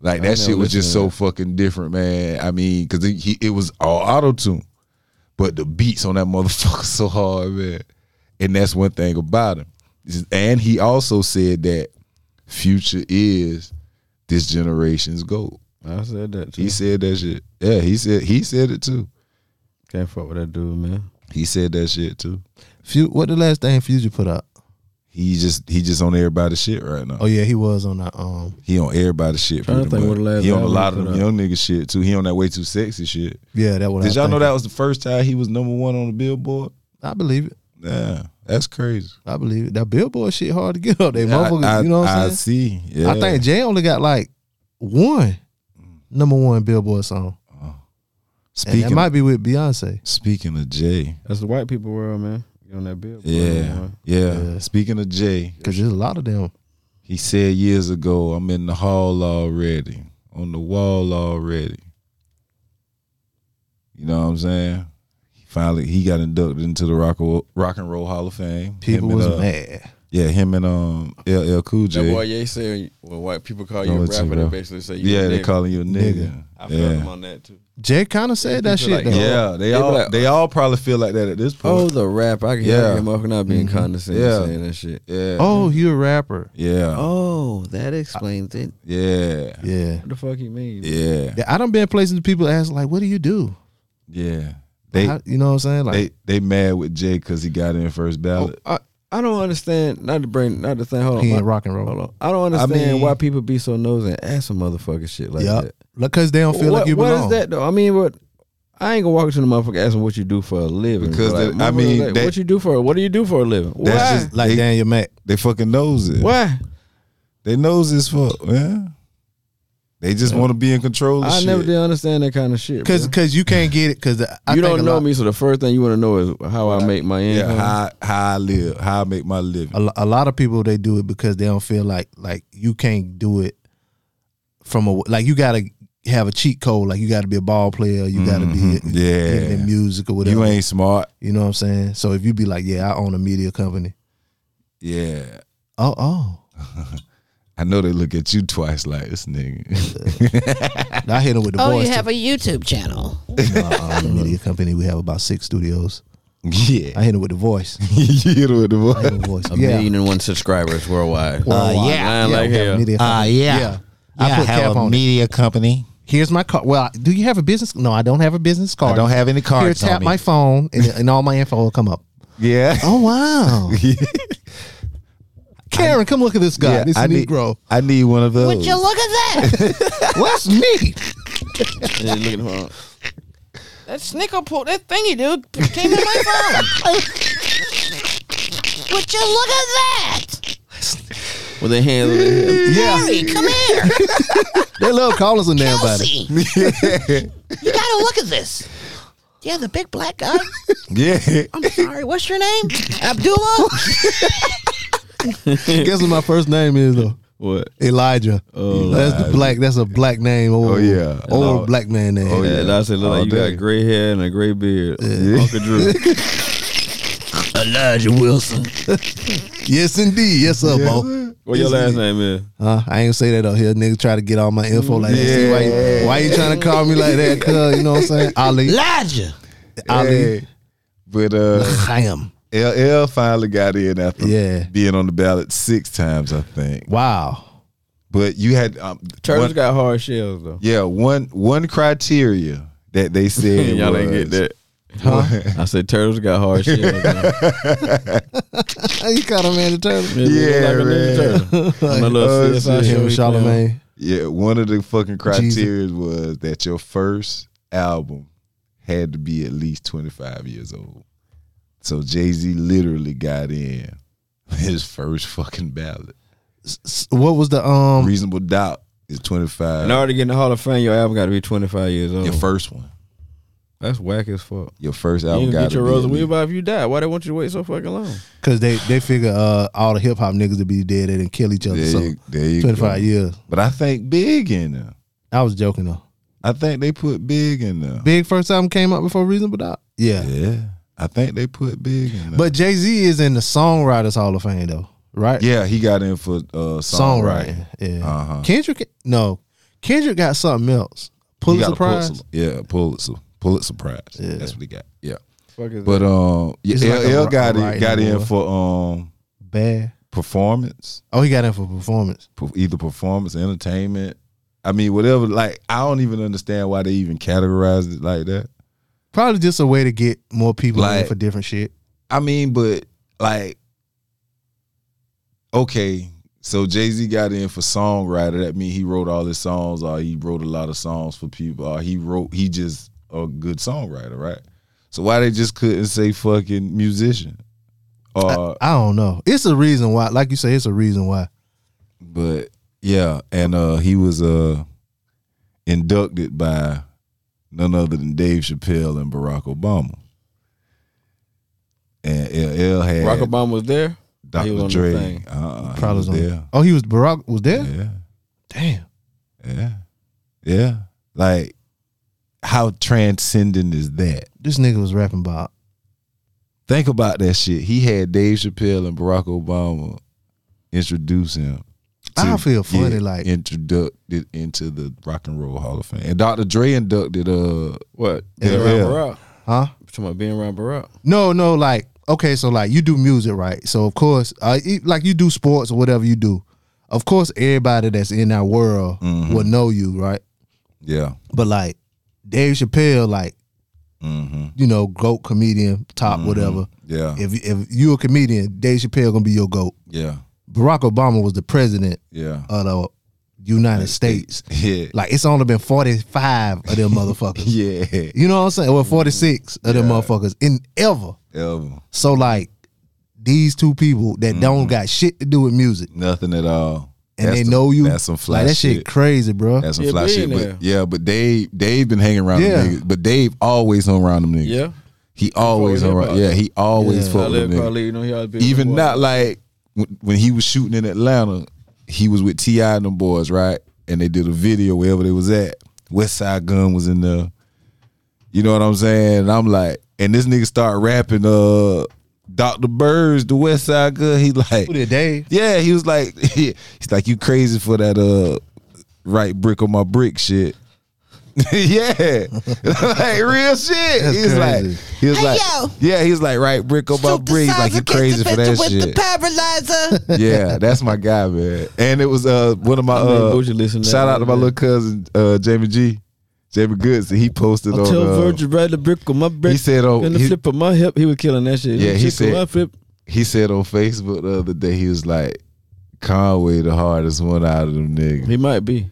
Like that
never
shit was just
listened
so fucking different, man. I mean, because he, he- it was all auto tune, But the beats on that motherfucker so hard, man. And that's one thing about him. And he also said that Future is this generation's goat.
I said that too.
He said that shit. Yeah, he said he said it too.
Can't fuck with that dude, man.
He said that shit too.
Fu- what the last thing Future put out?
He just he just on everybody's shit right now.
Oh yeah, he was on that. Um,
He on everybody's shit.
Trying to
pretty
think
much.
what the last
he on a
album
lot
he
of them
put out.
young nigga shit too. He on that way too sexy shit.
yeah, that was.
Did y'all know that was the first time he was number one on the Billboard?
I believe it.
Yeah, that's crazy.
I believe it. That Billboard shit hard to get up. They
I-
motherfuckers.
I,
you know what
I
I'm saying?
see. Yeah.
I think Jay only got like one number one Billboard song, and that
speaking
might be with Beyonce.
speaking of Jay.
That's the white people world, man. You on that bill?
Yeah, yeah.
Yeah.
Speaking of Jay,
Cause there's a lot of them.
he said years ago, "I'm in the hall already, on the wall already." You know what I'm saying? He finally he got inducted into the Rock, Rock and Roll Hall of Fame.
People
Him
was
and, uh,
mad.
Yeah, him and um LL Cool J.
That boy Ye said when white people call you
Don't
a
let you
rapper, they
know.
basically say you
yeah,
a
they
nigga.
calling you a nigga.
I felt
Yeah.
him on that too.
Jay kind of said that
People
shit
like,
though.
Yeah, they
They
all
black.
they all probably feel like that at this point.
Oh, the rap. I can
hear
hear
that
him not being condescending
Mm-hmm. Yeah.
saying that shit.
yeah.
Oh, you a rapper?
yeah.
Oh, that explains it.
Yeah.
Yeah.
What the fuck you mean?
Yeah.
Yeah, I done been places that people ask like, "What do you do?"
Yeah. They
How- you know what I'm saying? Like,
they they mad with Jay because he got in first ballot.
Oh, I, I don't understand. Not to bring, not to think. Hold on,
he
my-
ain't rock and
hold
roll.
on. I don't understand
mean-
why people be so nosy and ask some motherfucking shit like
Yeah,
that.
because they don't feel
what,
like you
what
belong.
is that though? I mean, what? I ain't gonna walk into the motherfucker asking what you do for a living.
Because
bro. Like,
that- I mean,
motherfucker, like,
that-
what you do for? What do you do for a living? Why?
That's just
Like
they,
Daniel Mack.
they fucking knows it.
why?
They knows this fuck, man. They just want to be in control of
I
shit.
never did understand that kind of shit.
Because
bro.
you can't get it because I
you
think a
don't know
lot,
me, so the first thing you want to know is how I make my
Yeah,
income.
how how I live, how I make my living.
A, lo- a lot of people they do it because they don't feel like like you can't do it from a like you gotta have a cheat code like you gotta be a ball player you gotta
Mm-hmm.
Mhm.
be
Yeah.
in music or whatever
You
you,
ain't smart.
know what I'm saying so if you be like yeah I own a media company
Yeah.
oh oh
I know they look at you twice like this nigga.
I hit him with the
Oh,
voice
you have a YouTube channel.
too. No, I own a media company we have about six studios
yeah.
I hit him with the voice
you hit him with the
I hit him
voice.
with the voice
A
yeah
million and one subscribers worldwide.
Oh,
Worldwide.
yeah. Lying like
we have a
hell.
media
Uh,
company.
yeah.
I put cap on it.
media company.
Here's my card. Well, do you have a business? No, I don't have a business card.
I don't have any
Here,
cards
tap
on me.
my phone, and, and all my info will come up.
Yeah.
Oh wow, Karen, come look at this guy.
Yeah,
this
I need-
Negro.
I need one of those.
Would you look at that?
What's me?
Yeah, look at her.
that snicker pull, that thingy, dude, came in my phone. Would you look at that?
With their hands on their hips.
Harry, come here,
They love calling some damn body.
Elsie. you gotta look at this. Yeah, the big black guy.
yeah.
I'm sorry. What's your name? Abdullah.
Guess what my first name is though?
What?
Elijah. that's the black. That's a black name. Old,
Oh, yeah.
old
Oh.
black man name.
Oh,
Yeah,
yeah.
and I said, look,
All
like you
day.
got gray hair and a gray beard. Uncle Drew.
Elijah Wilson.
Yes, indeed. Yes, sir, Bo.
What your last name is?
Huh? Uh, I ain't gonna say that though. Here, nigga, try to get all my info like that. See why, you, why you trying to call me like that? Cause you know what I'm saying. Ali,
Elijah.
Ali,
Hey. But uh,
I am.
LL finally got in after
Yeah.
being on the ballot six times, I think.
Wow.
But you had um,
Turtles
one-
got hard shells though.
yeah one one criteria that they said
Y'all
was,
ain't get that. I said turtles got hard shells. though.
you caught a man to turtle.
Yeah,
Yeah,
like a ninja turtle. I'm a
Oh,
little CSI
shit.
show
Him and
we
Charlemagne.
Yeah, one of the fucking criteria was that your first album had to be at least twenty five years old. So Jay Z literally got in his first fucking ballot.
S- What was the um?
Reasonable doubt is twenty
playing.
five.
In order to get in the Hall of Fame, your album got to be 25 years old.
Your first one.
That's whack as fuck.
Your first
You
album
can
got
get your
be
Rosa
at least-
Weave if you die. Why they want you to wait so fucking long?
Cause they they figure uh all the hip hop niggas to be dead and kill each other.
There
So
you, there you
twenty
go.
five years.
But I think Big in there.
I was joking though.
I think they put Big in there.
Big first album came out before Reasonable Doubt. Yeah,
Yeah. I think they put Big in there.
but Jay Z is in the Songwriters Hall of Fame though, right?
yeah, he got in for uh, songwriting.
songwriting. Yeah,
Uh-huh.
Kendrick. No, Kendrick got something else.
He got
Pulitzer
a
Prize.
Pulitzer- Yeah, Pulitzer. Pulitzer Prize.
Yeah.
That's what he got. Yeah.
fuck is
But um, yeah,
It's like
LL
a
got
writing
it, got in
boy.
for um
Bad.
performance,
Oh, he got in for performance.
per- either performance, entertainment. I mean, whatever. Like, I don't even understand why they even categorized it like that.
Probably just a way to get more people in
Like-
for different shit.
I mean, but like, okay, so Jay Z got in for songwriter. That means he wrote all his songs, or he wrote a lot of songs for people, or he wrote he just a good songwriter, right? So why they just couldn't say fucking musician? Or
I don't know. It's a reason why. Like you say, it's a reason why.
but yeah, and uh he was uh inducted by none other than Dave Chappelle and Barack Obama. And LL had
Barack Obama was there.
Dr.
He was on the
Dre.
thing.
Uh, he
Probably
was
was on-
there.
Oh, he was Barack was there.
Yeah,
Damn.
yeah, yeah. Like, how transcendent is that?
This nigga was rapping about
Think about that shit. He had Dave Chappelle and Barack Obama introduce him.
I feel
get
funny, like-
introducted into the Rock and Roll Hall of Fame, and Dr. Dre inducted. Uh,
What?
Yeah.
Being around Barack.
huh?
You talking about being around Barack.
No, no, like okay, so like you do music, right? So of course, uh, e- like you do sports or whatever you do. Of course, everybody that's in that world
Mm-hmm.
will know you, right?
yeah,
But like Dave Chappelle, like you know, goat comedian, top whatever.
Mm-hmm. yeah,
If if you a comedian, Dave Chappelle gonna be your goat.
yeah,
Barack Obama was the president
yeah.
of the United States.
yeah,
Like it's only been forty five of them motherfuckers.
yeah.
You know what I'm saying? Well, forty six of them motherfuckers in ever.
Ever.
So like these two people that don't got shit to do with music
Nothing at all. Mm-hmm.
and
That's
they
the-
know you.
That's some fly
like, that shit. crazy, bro.
That's some
Yeah,
fly shit.
billionaire.
But yeah, but Dave Dave been hanging around
Yeah.
them niggas. But Dave always hung around them niggas.
Yeah.
He always
Fuck
hung
with
around.
him.
Yeah, he always
Yeah.
fucked with
Khalid
them niggas.
Khalid, you know he always been
Even
boy.
not like when, when he was shooting in Atlanta, he was with T.I. and them boys, right? And they did a video wherever they was at. West Side Gun was in there. You know what I'm saying? And I'm like, and this nigga start rapping uh Dr. Bird's the West Side Gun. He like
Who did Dave?
yeah, he was like, he's like, you crazy for that uh right brick on my brick shit. yeah, like real shit.
That's
he's like,
crazy.
he was
Hey,
like,
yo.
yeah, he's like right brick on my brick. Like you crazy for that
with the
shit.
paralyzer.
yeah, that's my guy, man. And it was uh one of my
mean,
uh
Bougie listen to
shout
that
out to my
man.
little cousin uh Jamie G, Jamie Goods. He posted on
Tell
uh,
Virgil right the brick of my brick.
he said on
and the
he-
flip of my hip, he was killing that shit.
Yeah, he
Chick of
said-
my flip.
he said on Facebook the other day he was like Conway the hardest one out of them niggas.
He might be.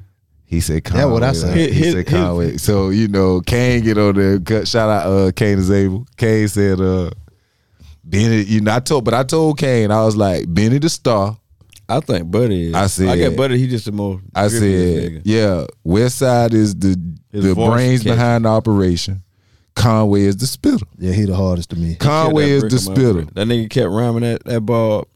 He said Conway.
That's what I said.
He,
His-
said
his-
Conway. so you know, Kane get on there. Cut- Shout out uh, Kane is able. Kane said, uh, "Benny, you know." I told, but I told Kane, I was like, "Benny the star."
I think Buddy. Is.
I said-
I got Buddy. He just the most.
I
driftiest
said,
nigga.
"Yeah, West Side is the
His
the
voice
brains
catchy.
behind the operation. Conway is the spittle.
Yeah, he the hardest to me.
Conway
Kill
is
that
the
brick of my
spittle.
brick. That nigga kept rhyming that that ball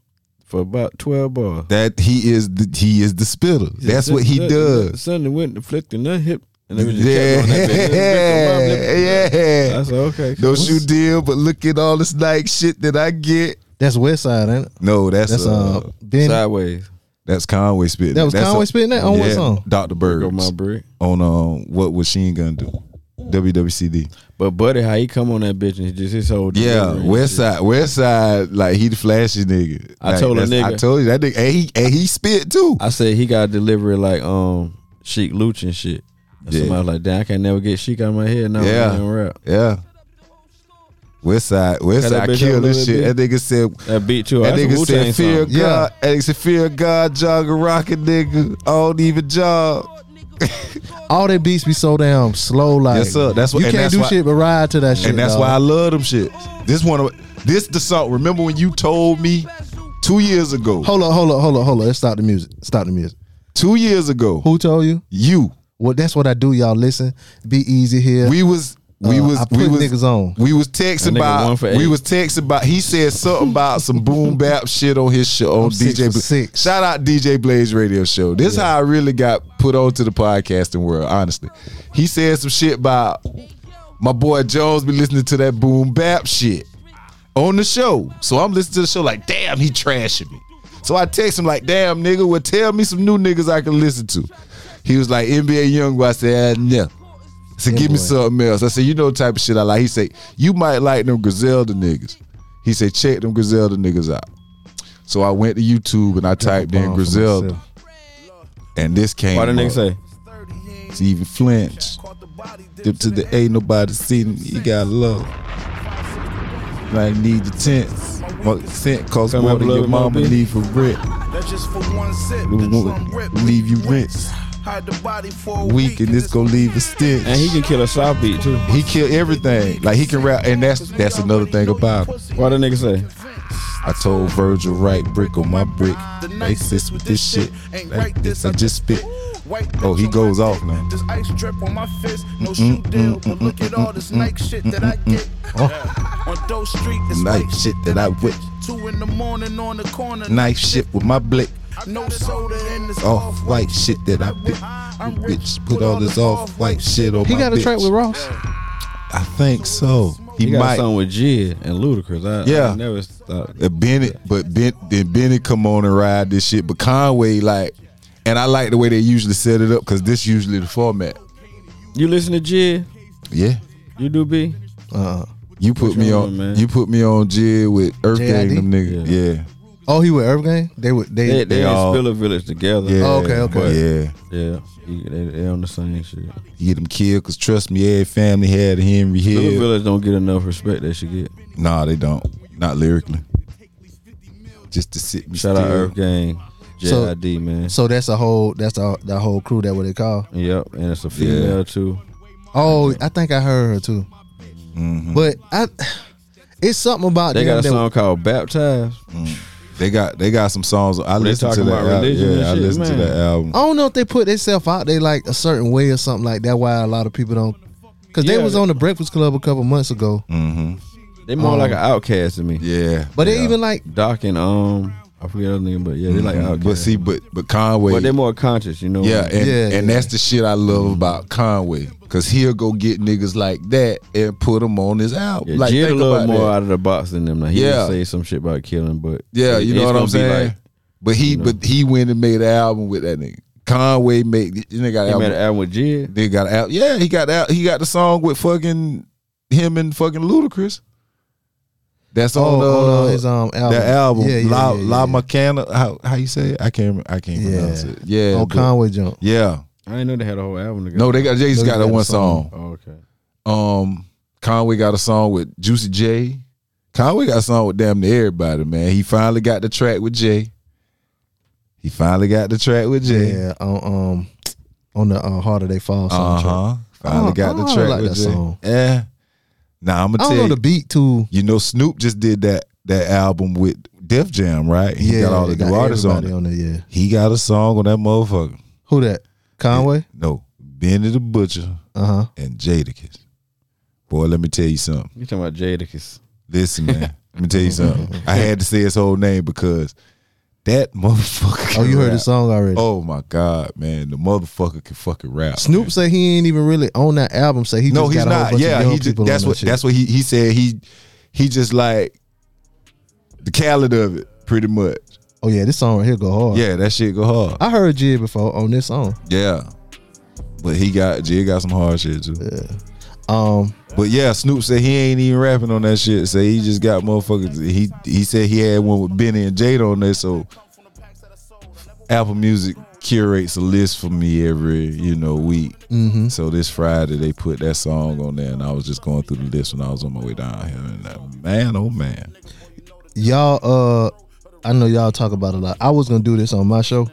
for about twelve bars.
That he is the he is the spittle. That's what he does."
Sunday went and flicked in that hip, and they
Yeah,
was just kept on that bitch.
yeah,
I
yeah.
said, okay.
Don't you deal, but look at all this like shit that I get.
That's West Side, ain't it?
No, that's
That's
uh,
uh, Ben.
sideways.
that's Conway spitting.
That was
That's
Conway spitting that on what song?
Dr.
Go my
Bird
brick.
on um, what was Sheen gonna do? WWCD.
But Buddy, how he come on that bitch and just his whole
Yeah,
delivery and
West
shit.
Side, West Side, like he the flashy nigga.
I
Like,
told a
that's- I
nigga.
told you that nigga, and he and he spit too.
I said he got delivery like um Sheik Luch and shit. And
Yeah.
Somebody was like, damn, I can never get Sheik out of my head now.
Yeah.
Yeah. Rap.
yeah. West Side,
Got
West
that
Side
bitch
kill
on
this
Lil
shit. That nigga said,
That beat too.
that
That's a
nigga
Wu-Tang
said, fear
song.
God, that nigga said, fear God, jogger rockin' nigga, I don't even jog.
All their beats be so damn slow. Like
Yes, sir. That's what-
you
and
can't
that's
do
why-
shit but ride to that shit.
and that's
dawg.
why I love them shit. This one, of this the song. Remember when you told me two years ago?
Hold up, hold up, hold up, hold up. Let's stop the music. Stop the music.
Two years ago,
Who told you?
you
Well, that's what I do, y'all. Listen, be easy here.
we was we
Uh,
was
I
we
put
was
niggas on.
we was
That
texting
nigga one
about
for
we
eight.
was texting about. He said something about some boom bap shit on his show on
six
DJ.
for
Bla-
six.
Shout out DJ Blaze Radio Show. This how I really got put onto the podcasting world. Honestly, he said some shit about my boy Jones be listening to that boom bap shit on the show. So I'm listening to the show like, damn, he trashing me. So I text him like, damn, nigga, well, tell me some new niggas I can listen to. He was like, NBA YoungBoy. I said, "Ah, no. said, give me something else. I said, you know the type of shit I like. He said, you might like them Griselda niggas. He said, check them Griselda niggas out. So I went to YouTube and I typed in Griselda, and this came.
Why the nigga
up.
say?
Stephen Flinch. Dip to the ain't nobody seen me. You got love. Like need the tents. My cent costs
Come
more
up,
than
love
your
it, my
mama
bitch.
leave for rent.
That's just for one sip.
Leave you rents.
Hide the body for a
Weak and this gonna leave a stitch.
And he can kill a south beat too.
He kill everything. Like he can rap, and that's that's another thing about him.
Why the nigga say?
I told Virgil right brick on my brick. Like this with this shit. Like this, I just spit. Oh, he goes off now. Mm,
This ice drip on my fist, no shoe deal, but look at all this Nike shit that I get. Yeah. On Doe Street, it's
Oh. Night
like
shit that I whip.
two in the morning on the corner.
Knife shit with my blick.
No soda in this
Off white shit that I whip.
I'm rich.
Bitch, put all this off white shit on
He
my
got a
bitch.
track with Ross.
I think so. He,
He got
might.
something with Jid and Ludacris. I,
Yeah.
I never thought.
Uh, Bennett, but ben, then Bennett come on and ride this shit. But Conway, like, and I like the way they usually set it up because this usually the format.
You listen to Jid?
Yeah,
You do B?
Uh,
you put me
you
on.
on, man?
You put me on Jid with Earth
JID?
Gang, them nigga. Yeah,
oh, he with Irv Gang. They would they.
They, they, in
all-
Spiller Village together.
yeah.
Oh, okay, okay.
but yeah.
Yeah, he- they, they on the same shit.
You get them killed because trust me, every family had a Henry
Spiller
Hill.
Village don't get enough respect they should get.
Nah, they don't. Not lyrically. Just to sit. and
Shout out
still.
Earth Gang,
So-
JID man.
So that's a whole that's a, that whole crew that what they call.
Yep, and it's a female too.
Oh, I think I heard her too.
Mm-hmm.
But I, it's something about
They
them
got a
that-
song called "Baptized."
They got they got some songs. I
they
listened to
talking
that.
about
Album.
religion and
Yeah, I
shit,
listened to
man.
that album.
I don't know if they put themselves out there like a certain way or something like that. Why a lot of people don't. Because they
Yeah,
was
they-
on the Breakfast Club a couple months ago,
Mm,
They more like an outcast to me.
Oh. Yeah,
but
yeah.
they even like
Doc and um, I forget her name, but yeah, they like outcasts.
Mm-hmm. But see, but but Conway,
but they're more conscious, you know.
yeah, and,
Yeah,
and
yeah.
that's the shit I
Mm-hmm.
love about Conway, cause he'll go get niggas like that and put them on his album.
Yeah,
like
Jid a
think
little
about
more
that.
out of the box than them. Now he
Yeah.
didn't say some shit about killing, but
Yeah, you
it-
know
it's
what I'm
gonna be
saying.
Like,
but he but he went and made an album with that nigga. Conway made this nigga got
he
an
made an
album.
album with Jid.
They got out. Yeah, he got out. He got the song with fucking him and fucking Ludacris. That's
oh,
on, uh,
on, uh, his um album.
that album,
yeah, yeah,
La
yeah,
La
yeah.
Macana. How how you say it? I can't. rem- I can't
Yeah. Oh,
pronounce it. Yeah,
on
but-
Conway jump.
Yeah.
I didn't know they had a whole album together.
No, they got Jay's
No,
got
he
that
got a
one song.
Oh, okay.
Um, Conway got a song with Juicy J. Conway got a song with damn near everybody, man. He finally got the track with Jay. He finally got the track with Jay.
Yeah, on um on the uh, Harder They Fall
uh
soundtrack.
huh. Finally
Oh,
got
I
the
don't
track
like
with
that
Jay.
song.
Yeah. Now I'm
I
gonna
don't
tell
know
you,
the beat too.
you know Snoop just did that that album with Def Jam, right? He
yeah,
got all the
they
new artists on
everybody
it.
on there. Yeah,
He got a song on that motherfucker.
who that? Conway.
No, Benny the Butcher
Uh huh.
and Jadakiss. Boy, let me tell you something.
You talking about Jadakiss?
Listen, man. let me tell you something. I had to say his whole name because that motherfucker.
Oh,
can
you heard
rap.
the song already.
Oh my god, man, the motherfucker can fucking rap.
Snoop say he ain't even really on that album. Say he
no,
just
he's
got a whole
not.
bunch
Yeah,
of young
he just,
people
that's
on
what
that
that's what he he said. He he just like the Khaled of it, pretty much.
shit. Oh yeah, this song right here go hard.
Yeah, that shit go hard.
I heard Jid before on this song.
Yeah, but he got Jay got some hard shit too.
Um,
But yeah, Snoop said he ain't even rapping on that shit. Say he just got motherfuckers. He he said he had one with Benny and Jada on there. So Apple Music curates a list for me every you know week. Mm-hmm. So this Friday they put that song on there, and I was just going through the list when I was on my way down here. And uh, man, oh man,
y'all, uh, I know y'all talk about it a lot. I was gonna do this on my show.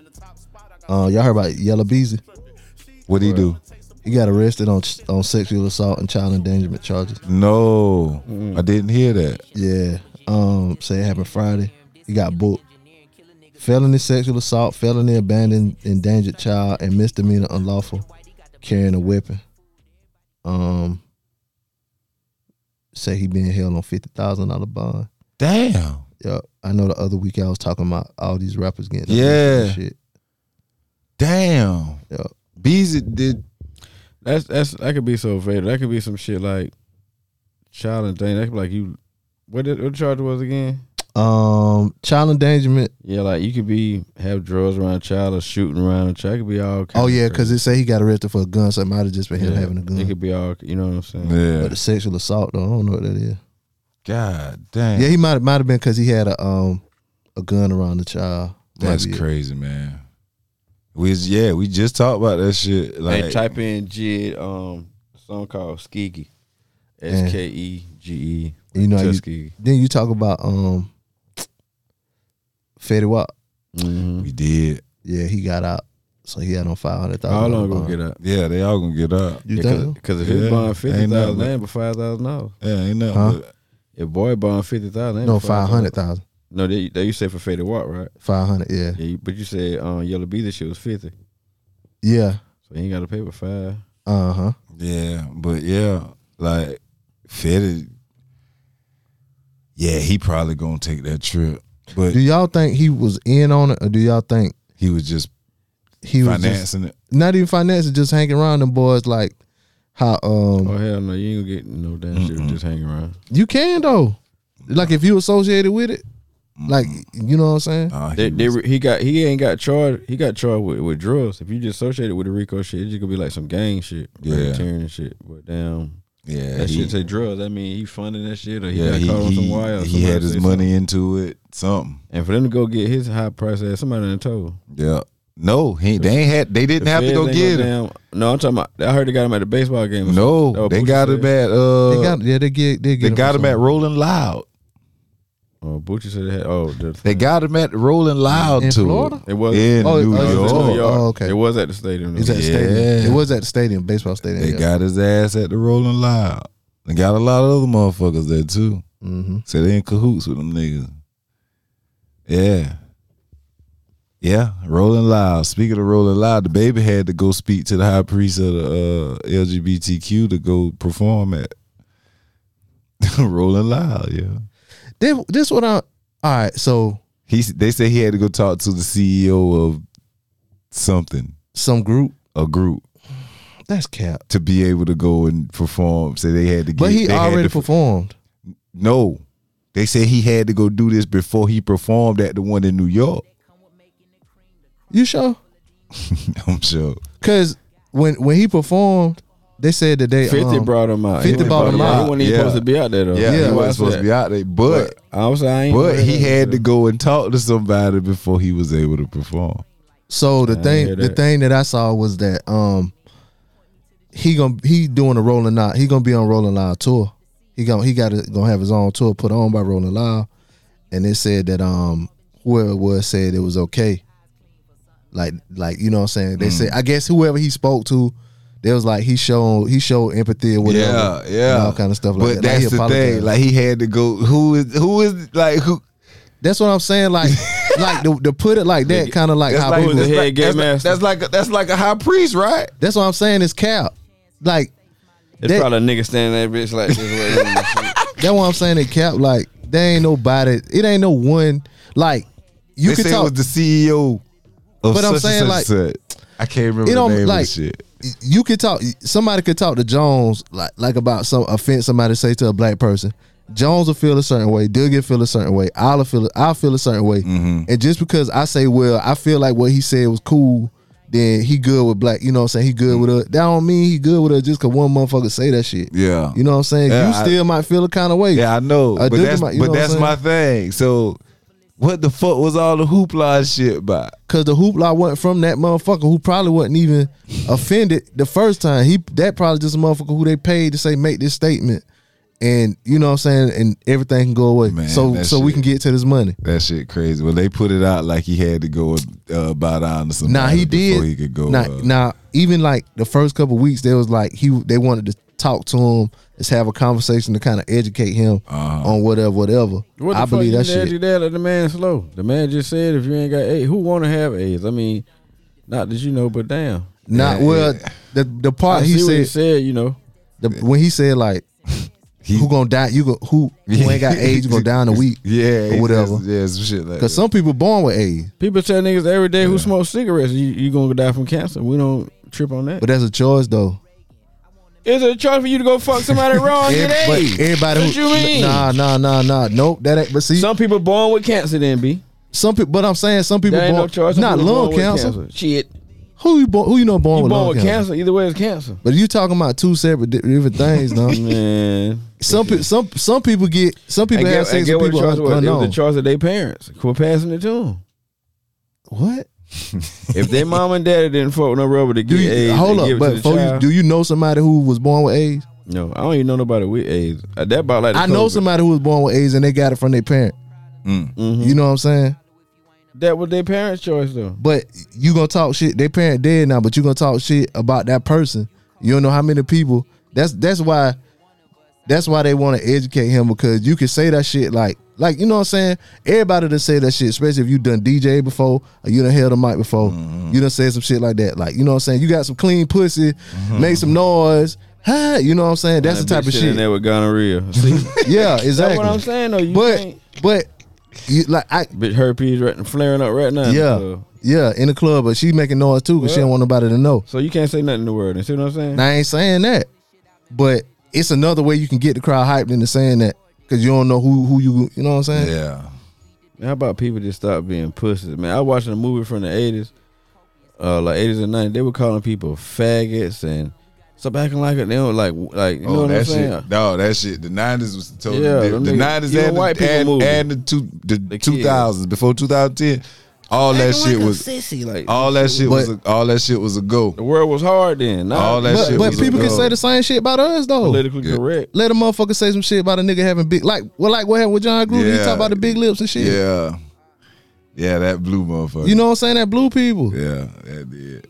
Uh, y'all heard about Yellow Beezy?
what he do?
He got arrested on on sexual assault and child endangerment charges.
No, I didn't hear that.
Yeah. Um, say it happened Friday. He got booked. Felony sexual assault, felony abandoned endangered child, and misdemeanor unlawful carrying a weapon. Um, say he being held on fifty thousand dollar bond.
Damn,
Yeah, I know the other week I was talking about all these rappers getting
Yeah.
arrested and shit.
damn.
Yeah.
Beezy did.
That's that's that could be so fatal. That could be some shit like child and thing. That could be like you. What the, what the charge was again?
um, child endangerment.
Yeah, like you could be have drugs around a child or shooting around a child. It could be all.
Oh
kinds
yeah,
of
because it say he got arrested for a gun, so it might have just been him
Yeah.
having a
crazy. it
gun.
could be all. You know what I'm saying?
Yeah.
But the sexual assault though, I don't know what that is.
God damn.
Yeah, he might might have been because he had a um a gun around the child.
That's
Might be it.
crazy, man. We was- yeah, we just talked about that shit. Like
hey, type in Jid. Um, song called Skeegee. S K E G E.
You know, you,
Tuskegee.
then you talk about um Fetty Wap.
Mm-hmm.
we did.
Yeah, he got out, so he had on five hundred thousand.
How long gonna get up?
Yeah, they all gonna get up.
You think?
Because if his
Yeah,
bond fifty
ain't nothing.
thousand, ain't but five thousand dollars.
Yeah, ain't nothing.
Huh?
but-
If boy bond fifty thousand,
No, five hundred thousand.
No, they, they you said for faded walk, right?
Five hundred. Yeah.
Yeah, you, but you said um, Yellow B this shit was fifty,
Yeah.
so he ain't got to pay but five.
Uh huh.
yeah, but yeah, like fitted. Yeah, he probably gonna take that trip, but
Do y'all think he was in on it, or do y'all think
he was just
he was just,
financing it.
not even financing, just hanging around them boys like how um
Oh hell no, you ain't gonna get no damn shit just hanging around.
you can though, like if you associated with it, like you know what I'm saying?
Nah, he
They, they,
was-
re- he got he ain't got charged. He got charged with, with drugs. If you just associate it with the Rico shit, it's just gonna be like some gang shit,
Yeah.
racketeering and shit. But damn,
yeah,
that
he,
shit say drugs. That mean he funding that shit or he
yeah,
got
he,
caught on some
he,
wire. or
he
somebody
had his
say
money
something.
into it. Something.
and for them to go get his high price ass, somebody done told.
Yeah. No, he they ain't had. They didn't have to
Feds
go
ain't
get him.
no Damn, no, I'm talking about. I heard they got him at the baseball game. or something.
No,
Oh,
they
Poochie
got him
said-
at. Uh,
They got yeah, they get they
They
get
got
for
him at
something.
Rolling Loud.
Oh, Bucci said they had. Oh, the
They
thing.
got him at Rolling Loud
In
too.
Florida?
It was
In
Oh,
New
oh, it's in
York.
New York. Oh, okay.
It was at the stadium. though.
It's at the
Yeah.
stadium. It was at the stadium, baseball stadium.
They
yeah.
got his ass at the Rolling Loud. They got a lot of other motherfuckers there too.
Mhm.
So they in cahoots with them niggas. Yeah. Yeah, Rolling Loud. Speaking of Rolling Loud, the baby had to go speak to the high priest of the uh, LGBTQ to go perform at Rolling Loud. Yeah,
This, this what I all right. So
he they said he had to go talk to the CEO of something,
some group
a group.
that's cap,
to be able to go and perform. So they had to get.
but he
they had
already
to-
performed.
No, they said he had to go do this before he performed at the one in New York.
You sure?
I'm sure.
Because when when he performed, they said that they
Fifty
Oh.
um,
brought him out.
50
He wasn't
brought him
supposed-
out.
He wasn't even
Yeah.
supposed to be out there though.
Yeah,
Yeah.
he wasn't supposed to be out there, but
I was saying, I ain't
but
heard
he
that
had to
shit.
go and talk to somebody before he was able to perform.
So the
I
thing
hear
the
that.
thing that I saw was that um he gonna he doing a Rolling Loud he gonna be on Rolling Loud tour. He gonna he got to gonna have his own tour put on by Rolling Loud, and it said that um whoever it was said it was okay. Like like you know what I'm saying
Hmm.
they said I guess whoever he spoke to, they was like he showed he showed empathy or whatever.
Yeah, yeah,
and all kind of stuff like
but
that. Like,
that's
he
the thing.
apologized.
Like he had to go. Who is who is like who?
That's what I'm saying. Like like to, to put it like that kind of like
That's
how
like,
people,
the
that's,
head
like,
game
that's, like,
master.
that's like a, that's like a high priest, right?
that's what I'm saying is cap. Like
It's
that-
probably a nigga standing that bitch like this. way.
That's what I'm saying. It cap like they ain't nobody. It ain't no one. Like you
they
can
say
talk.
it was the CEO of
But
such
I'm
and
saying,
such
like,
and such. I can't remember
it
the
don't,
name
like-
of the shit.
you could talk. Somebody could talk to Jones like like about some offense somebody say to a black person. Jones will feel a certain way. Duggan feel a certain way. I'll feel I feel a certain way.
Mm-hmm.
And just because I say, well, I feel like what he said was cool, then he good with black. You know what I'm saying? He good with us. That don't mean he good with us just cause one motherfucker say that shit.
Yeah.
You know what I'm saying?
Yeah,
you
I-
still might feel a kind of way.
Yeah, I know.
I
but
do
that's
my- you know
but
what
that's
I'm
my thing. So what the fuck was all the hoopla and shit about?
Cause the hoopla wasn't from that motherfucker who probably wasn't even offended the first time. He that probably just a motherfucker who they paid to say make this statement, and you know what I'm saying, and everything can go away.
Man,
so
that
so we
shit-
can get to this money.
That shit crazy. Well, they put it out like he had to go uh, bow down to somebody
Now he
before
did.
he could go.
Now,
uh,
now even like the first couple weeks, there was like he they wanted to talk to him, just have a conversation to kind of educate him
Uh-huh.
on whatever, whatever.
What the
I
fuck
believe
you
that
did
shit.
You there, let the man slow. The man just said, if you ain't got AIDS, who want to have AIDS? I mean, not that you know, but damn.
Not well. The the
I
part
see
Ah, he
what he
said
said, you know.
the, when he said like.
He-
who gonna die? You go who who ain't got AIDS? You gonna die in a week?
Yeah,
or whatever.
That's, yeah, some shit like that.
Cause some people born with AIDS,
People tell niggas every day who smoke cigarettes, you, you gonna die from cancer. We don't trip on that.
but that's a choice though.
Is it a charge for you to go fuck somebody wrong
Every-
today?
but everybody
What
who,
you mean?
Nah, nah, nah, nah. Nope. That ain't, but see, some,
Some people born with cancer then be.
people, but I'm saying some people
There ain't
born,
no charge. Some
not
people
lung
born with
cancer.
Shit.
Who you born, who you know born
You
with
born
lung
with
cancer?
Oh, cancer. Either way it's cancer.
But you talking about two separate di- different things, no?
Man.
some pe- some some people get some
I
people
get,
have
I
sex
get
with
what the
people
charge
un-
was. It was
unknown.
the charge of their parents. Quit passing it to them.
what?
If their mom and daddy didn't fuck with no rubber to
Do
get
you,
AIDS,
hold
they give it
up, but
to the
before you,
child.
do you know somebody who was born with AIDS?
No, I don't even know nobody with AIDS. Uh, That about like the
I know
COVID.
somebody who was born with AIDS and they got it from their parent.
Mhm.
You know what I'm saying?
That was their parents' choice though.
But you gonna talk shit. Their parent dead now, but you gonna talk shit about that person. You don't know how many people. That's that's why. That's why they want to educate him because you can say that shit like like you know what I'm saying. Everybody done say that shit, especially if you done DJ before or you done held a mic before. You done said some shit like that. Like you know what I'm saying. You got some clean pussy, make some noise. Huh, you know what I'm saying? That's the
That
type
bitch
of
sitting
shit.
there with gonorrhea. See,
Yeah, exactly.
that's what I'm saying though. You
but
can't-
but you, like I
bitch herpes right, flaring up right now. Uh,
yeah
So,
yeah in the club, but she making noise too because she don't want nobody to know.
so you can't say nothing in the world. You see what I'm saying?
And I ain't saying that, but it's another way you can get the crowd hyped into saying that because you don't know who who you you know what I'm saying.
Yeah.
How about people just stop being pussies, man? I watched a movie from the eighties, uh, like eighties and nineties. They were calling people faggots and stop acting like it. They were like, like you know
Oh,
what I'm
that
saying?
shit. No, that shit. The nineties was totally
Yeah,
different. The
them niggas-
nineties
even
and,
white
the-
people
and,
movie.
and the two the
kids.
two thousands before two thousand ten. All that
Acting like
shit
a
was
sissy. Like,
all that shit was a, all that shit was a go.
The world was hard then. Nah,
All that
but-
shit
But,
was
but
a
people can
go.
say the same shit about us though.
politically
Yeah.
correct.
Let a motherfucker say some shit about a nigga having big like well like what happened with John Gruden. He
Yeah.
talk about the big lips and shit.
Yeah, yeah, that blue motherfucker.
You know what I'm saying? That blue people.
yeah, that did.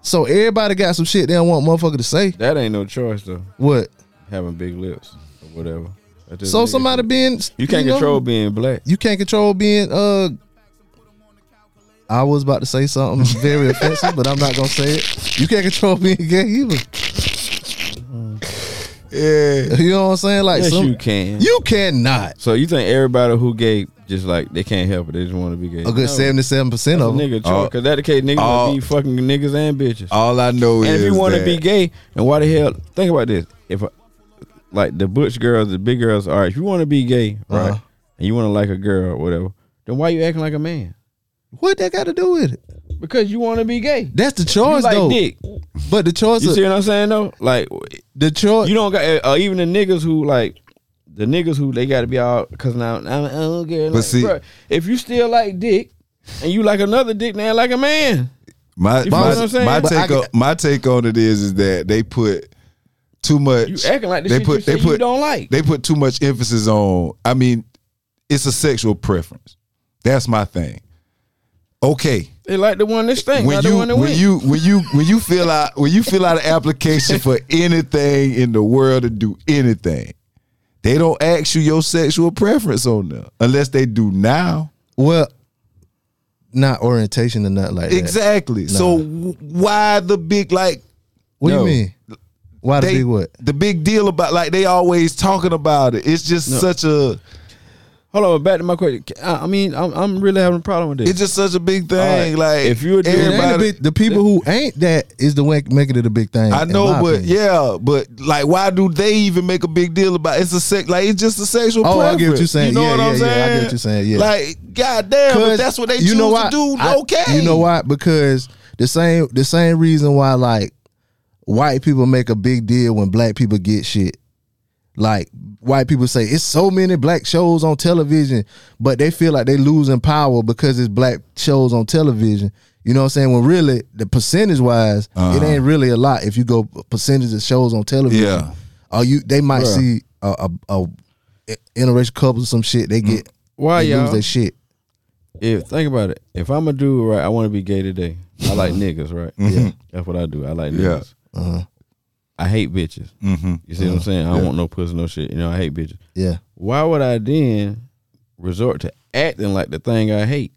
So everybody got some shit they don't want motherfucker to say.
That ain't no choice though.
What?
Having big lips or whatever. That's just
So
niggas.
somebody being
you can't
know,
control being black.
you can't control being uh I was about to say something very offensive, but I'm not gonna say it. You can't control being gay either.
Yeah,
You know what I'm saying? Like
Yes,
some,
you can.
you cannot.
so you think everybody who gay just like they can't help it? They just want to be gay.
A good seventy-seven percent
no,
of them.
nigga choice.
Oh.
Cause that the case, niggas
Oh.
wanna be fucking niggas and bitches.
all I know
And
is
if you want to
that-
be gay, and why the hell? Think about this. If uh, like the butch girls, the big girls, all right. If you want to be gay, right,
Uh-huh.
and you want to like a girl or whatever, then why you acting like a man?
What that got to do with it?
Because you want to be gay.
That's the
You
choice,
like
though.
dick.
But the choice,
You
of-
see what I'm saying though? Like
the choice.
you don't got uh, even the niggas who like the niggas who they got to be all because now I'm I don't get.
But
like,
see-
bruh, if you still like dick and you like another dick, now like a man.
My
feel
my,
what I'm saying?
my
But
I
take
got-
on, my take on it is is that they put too much.
You acting like the shit you say you don't like.
They put too much emphasis on. I mean, it's a sexual preference. That's my thing. Okay,
They like the one that stinks,
when
not
you
the one that
when
wins.
you when you when you fill out when you fill out an application for anything in the world to do anything, they don't ask you your sexual preference on there unless they do now.
well, not orientation or nothing like that.
Exactly. So w- why the big like
What
No.
do you mean? Why the
they
big what?
the big deal about like they always talking about it. It's just such a
Hold on, back to my question. I I mean, I'm, I'm really having a problem with this.
it's just such a big thing.
All right.
Like
If you a dude-
It ain't a
everybody,
big- the people who ain't that is the way making it a big thing.
I
in
know,
my
but
opinion.
yeah, but like, why do they even make a big deal about it's a sex? Like, it's just a sexual.
Oh, I
preference.
get what you're saying.
You know
Yeah,
what I'm
yeah, yeah, I
saying?
get what you're saying, yeah.
Like, goddamn, if that's what they choose
why?
to do.
I-
okay,
You know why? Because the same the same reason why like white people make a big deal when black people get shit. Like white people say it's so many black shows on television, but they feel like they losing power because it's black shows on television. You know what I'm saying? When really the percentage wise, it ain't really a lot if you go percentage of shows on television.
Yeah.
Or you they might see a, a, a interracial couple or some shit, they get
Why
they lose
y'all?
their shit.
If think about it, if I'm a dude, right, I want to be gay today. I like niggas, right? Yeah, that's what I do. I like
Yeah.
niggas. I hate bitches. Mm-hmm. You see what I'm saying? I don't want no pussy, no shit. You know, I hate bitches.
Yeah.
Why would I then resort to acting like the thing I hate?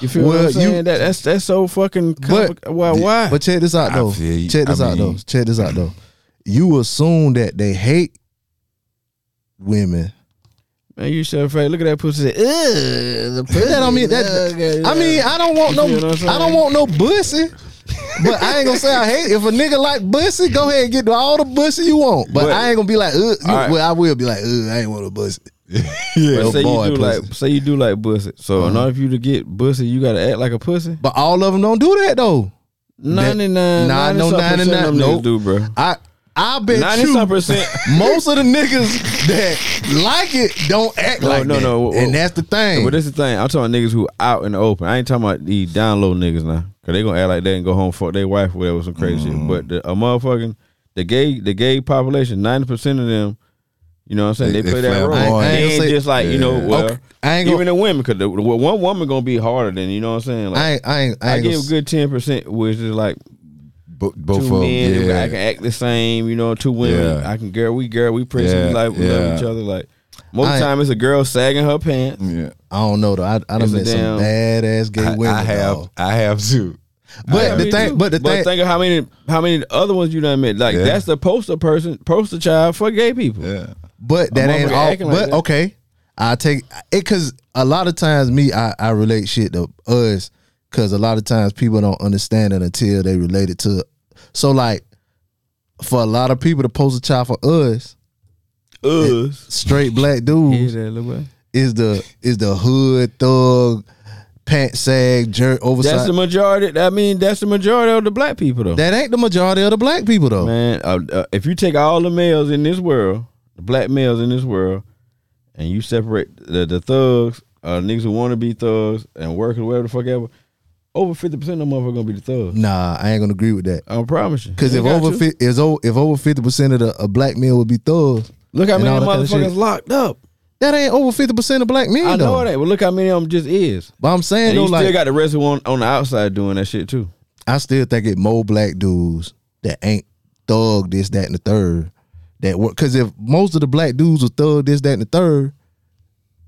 You feel what
Well,
I'm
you-
saying? that, that's that's so fucking. Compli- why? Why?
But check this out
I
though.
feel you.
Check this
I
out though.
mean-
Check this out though. You assume that they hate women.
Man, you should fake. Look at that pussy. Say,
Ugh, the
That don't mean that. I mean, I don't want no.
You feel what I'm saying?
I don't want no pussy. But I ain't gonna say I hate it. If a nigga like bussy, go ahead and get all the bussy you want. But,
But-
I ain't gonna be like, Ugh, you,
right.
well, I will be like, Ugh, I ain't want a bussy.
But
Oh,
say
boy,
you do
pussy. Uh-huh.
like say you do like pussy. So in order for you to get pussy, you gotta act like a pussy.
But all of them don't do that though.
99,
Nah, I
nah,
know
99,
99,
them
nope.
niggas do, bro.
I I bet
Ninety
you
some percent.
most of the niggas that like it don't act
No,
like
no,
that.
no, w-
and that's the thing.
But this is the thing. I'm talking niggas who out in the open. I ain't talking about these down low niggas now, cause they gonna act like they and go home fuck their wife, whatever, some crazy
Mm-hmm.
shit. But the, a motherfucking the gay the gay population, ninety percent of them, you know what I'm saying,
They-
they, play
they
that role.
flamboyant.
Oh, I ain't-
They
I ain't
ain't
gonna say-
just like you know,
Yeah.
well,
Okay, I ain't
even
gonna,
the women, cause the, well, one woman gonna be harder than you know what I'm saying. Like,
I ain't, I ain't, I
I,
ain't
give
gonna,
a good ten percent, which is like
Bo- both
two
of
men
them.
who I can
Yeah.
act the same, you know, two women.
Yeah.
I can girl, we girl, we press,
Yeah,
we like, we
yeah.
love each other. Like most
I-
of the time, it's a girl sagging her pants.
yeah.
I don't know though. I, I done
It's a
met some
damn-
badass gay
I,
women.
I have.
dog.
I have too.
but
I
the
mean,
thing,
too.
but the thing,
think of how many, how many other ones you done met. Like
Yeah.
that's the poster person, poster child for gay people.
Yeah.
But that ain't
motherfucker
all.
acting like
but
that.
okay, I take it because a lot of times me, I, I relate shit to us because a lot of times people don't understand it until they relate it to. So like, for a lot of people, the poster child for us,
Us,
straight
yeah,
black dudes,
that little boy.
is the is the hood thug, pant sag jerk
That's
oversized.
the majority. I mean, that's the majority of the black people, though.
that ain't the majority of the black people though.
Man, uh, uh, if you take all the males in this world, the black males in this world, and you separate the, the thugs, uh, niggas who want to be thugs and work or whatever the fuck ever, over fifty percent of them motherfuckers gonna be the thugs.
Nah, I ain't gonna agree with that.
I promise you.
Cause
You
if
got
over
to.
fi- is o- if over fifty percent of the a black men would be thugs,
look how
and
many
all that kinda
motherfuckers
shit.
locked up.
that ain't over fifty percent of black men.
I
though.
know that, but look how many of them just is.
But I'm saying
And
though,
you still
like
got the rest of one on the outside doing that shit too.
I still think it more black dudes that ain't thug this, that, and the third. That work because if most of the black dudes were thug this, that, and the third,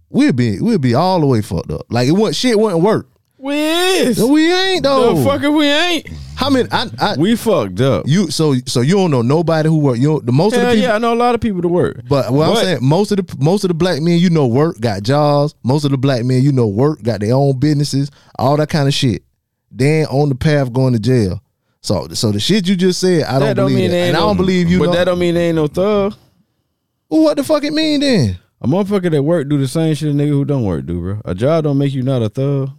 we'd be we'd be all the way fucked up. Like it was shit wouldn't work.
We is.
No, we ain't though.
The fuck if we ain't.
How many? I, I
We fucked up.
you so so you don't know nobody who work. You don't- the most of the
Hell
people.
yeah, I know a lot of people to work.
But what I'm saying, most of the most of the black men you know work got jobs. Most of the black men you know work got their own businesses, all that kind of shit. Then on the path going to jail. So so the shit you just said, I don't,
that don't
believe
mean
that.
they ain't
and I
no,
don't believe you.
But
know,
that don't mean they ain't no thug.
Well, what the fuck it mean then?
A motherfucker that work do the same shit a nigga who don't work do, bro. A job don't make you not a thug.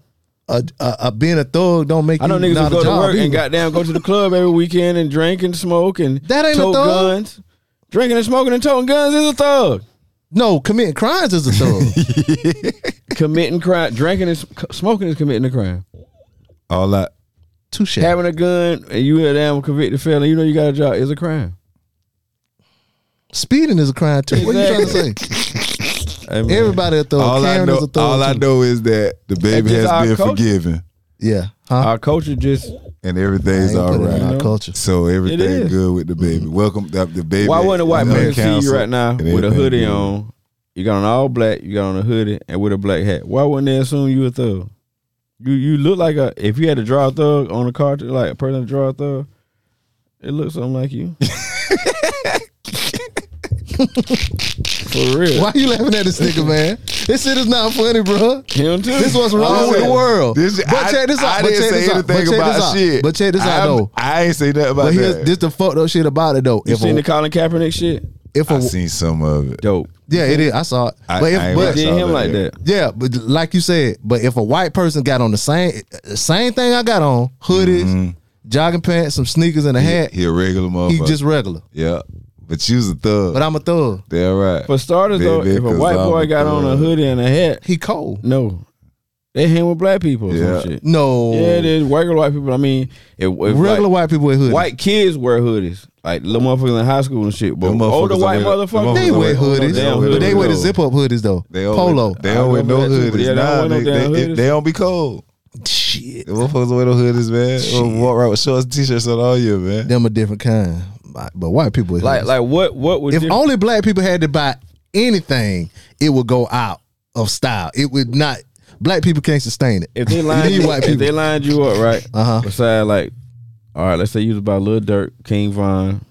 A, a, a being a thug don't make
I know
you
niggas who
not
go
a
to
job
work
either.
and goddamn go to the club every weekend and drink and smoke and
That ain't a
tote
thug.
guns. Drinking and smoking and toting guns is a thug.
no committing crimes is a thug.
committing crime, drinking and sm- smoking is committing a crime.
All that.
Touche.
Having a gun and you a damn convicted felon, you know you got a job is a crime.
Speeding is a crime too. What you trying
Exactly.
to say?
I mean,
Everybody a thug.
all I
Oh, Karen
know.
is a thug.
All I
too.
know is that the baby
just
has
our
been
culture.
forgiven
Yeah. Huh?
our culture just
and
I
everything's
ain't
all
put it in Mm-hmm.
right.
our culture.
So
It
everything
is.
good with the baby. Welcome the, the baby.
Why wouldn't a white
is on
man see you
council
right now
and
with a
everything
hoodie
good.
on? You got an all black, you got on a hoodie, and with a black hat. Why wouldn't they assume you a thug? You you look like a if you had to draw a thug on a card, like a person to draw a thug, it looks something like you. For real,
Why you laughing at this nigga, man? This shit is not funny, bruh.
him too.
This what's wrong with the world.
This,
but
I,
check this out.
I
but
didn't
check
say
this out.
anything
But check
about
this out.
shit.
But check this out
I'm-
though.
I ain't say nothing about
But here's
that.
this the fucked up shit about it though.
You
If
seen
a,
the Colin Kaepernick shit?
if
I
a,
seen some of it.
Dope.
yeah, it is. I saw it.
I-
but if,
I ain't
but
watched
Did
all
him
of
like
it.
that.
yeah, but like you said, but if a white person got on the same the same thing I got on, hoodies, jogging pants, some sneakers, and a hat,
Mm-hmm. He a regular
he
motherfucker.
just regular.
yeah, but you was a thug.
But I'm a thug.
They're right.
For starters, though,
Baby,
if a
cause
white
I'm
boy
a
got on a
thug.
hoodie and a hat,
He cold.
no, they hang with black people or
Yeah.
some shit.
No.
Yeah, it is. Regular white people. I mean, if, if
Regular
like,
white people with hoodies.
white kids wear hoodies, like little motherfuckers in high school and shit. But
Them motherfuckers
older
don't
white
wear-
motherfuckers,
They
motherfuckers
wear
don't wear no
hoodies,
damn
but they
hoodies,
wear the
though.
zip up hoodies though.
They don't
Polo.
Wear, they don't
I
wear no
remember that too, but yeah,
hoodies.
they don't
Nah,
wear no
they,
damn
they-
hoodies.
they don't be cold.
Shit.
The motherfuckers wear no hoodies, man. They Walk around with shorts and t-shirts on all year, man.
Them a different kind. But but white people with
like
hoodies.
like what what would
if
diff-
only black people had to buy anything, it would go out of style. It would not. Black people can't sustain it.
if they lined
need
you,
white
if they
people.
lined you up right?
Uh-huh.
Beside like, all right, let's say you was about Lil Durk, King Von,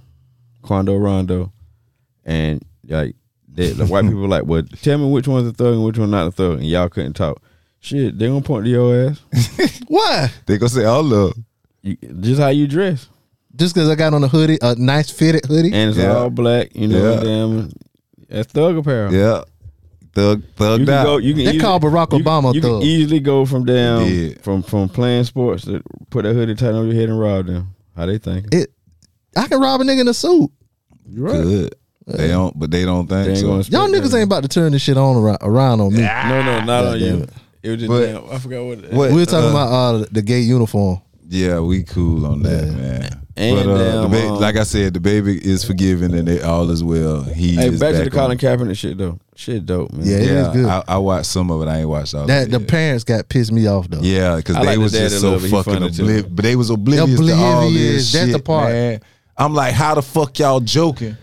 Quando Rondo, and like they, the white people were like, well, tell me which one's a thug and which one not a thug, and y'all couldn't talk. Shit, they gonna point to your ass.
Why?
They gonna say all of.
You, just how you dress,
Just because I got on a hoodie, a nice fitted hoodie.
and it's
Yeah.
all black. You know,
Yeah.
damn, that's thug apparel.
Yeah. Thug
You
thugged
can go.
out.
You can.
They
easily-
call Barack
you can-
Obama
You can
thug.
easily go from down
Yeah.
from from playing sports to put that hoodie tight on your head and rob them. How they thinking?
It, I can rob a nigga in a suit.
You're
Good. They don't but they don't think
They ain't
so.
gonna
Y'all niggas ain't about to turn this shit on around, around on me.
No, no, not on
damn
you.
it.
It was just
But-
damn, I forgot what.
What,
We were talking
uh,
about uh, the gay uniform.
Yeah, we cool on that, man.
And
but uh, the
damn,
ba-
um,
like I said, the baby is forgiven and it all is well. He
Hey,
is
back to the
back
Colin
on-
Kaepernick shit though. Shit dope, man.
Yeah, it is
yeah,
good.
I, I watched some of it. I ain't watched all of
that
it.
the parents got pissed me off though.
Yeah, because
I
they
like the
was
daddy
just so
love, he
fucking
funny, too.
oblivious. But they was oblivious, to all
Oblivious,
this
that's
shit,
the part.
man. I'm like, how the fuck y'all joking?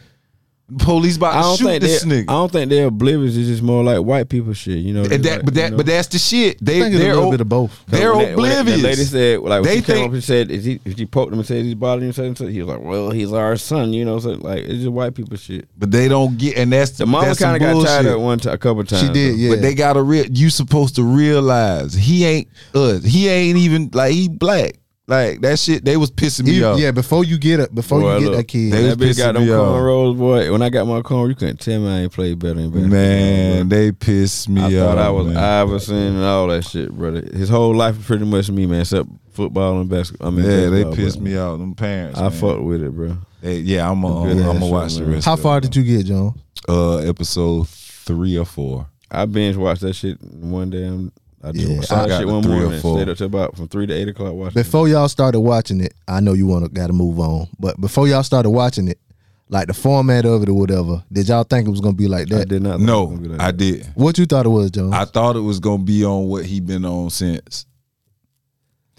Police
I
about
don't
to shoot
think
this
they. I
nigga.
don't think they're oblivious. It's just more like white people shit, you know.
And that, but that, but that's the shit. They,
I think it's a
they're
little
ob-
bit of both.
They're
When that- when that-
oblivious.
The lady said, like, when
They
she came
think-
up and said, "Is he?" If she poked him and said he's bothering you, something, something, he was like, "Well, he's our son," you know. So like, it's just white people shit.
but they don't get, and that's
The mama
that's some
kind of got tired of
bullshit.
it one time, a couple times.
she did.
though.
Yeah,
But they got to real. You supposed to realize he ain't us. He ain't even like he black. Like that shit. They was pissing me
Even-
off.
yeah. Before you get up, before
Boy,
you get
look,
that kid,
They
that
was
bitch got
pissing
them
me off.
cornrows, boy. When I got my corn, you couldn't tell me I ain't played better than basketball,
Man, they pissed me
bro. I
off.
thought I was
man.
Iverson and all that shit, brother. His whole life was pretty much me, man, except football and basketball. I mean,
Yeah, they
baseball,
pissed
but
me off. Them parents.
I
man.
fucked with it, bro.
Hey, yeah, I'm gonna
Good
I'm
ass
gonna
show,
watch the
man.
rest.
how
of
far
it.
did you get, John?
Uh, episode three or four.
I binge watched that shit in one damn. I did.
Yeah,
I saw
I
that
got
shit
the
one
three or
morning. and
four.
Stayed up till about from three to eight o'clock watching.
Before y'all started watching it, I know you want to got to move on. But before y'all started watching it, like the format of it or whatever, did y'all think it was gonna be like
it. I
that?
did not. think it was
No,
gonna be like
I
that.
did.
What you thought it was, John?
I thought it was gonna be on what he been on since.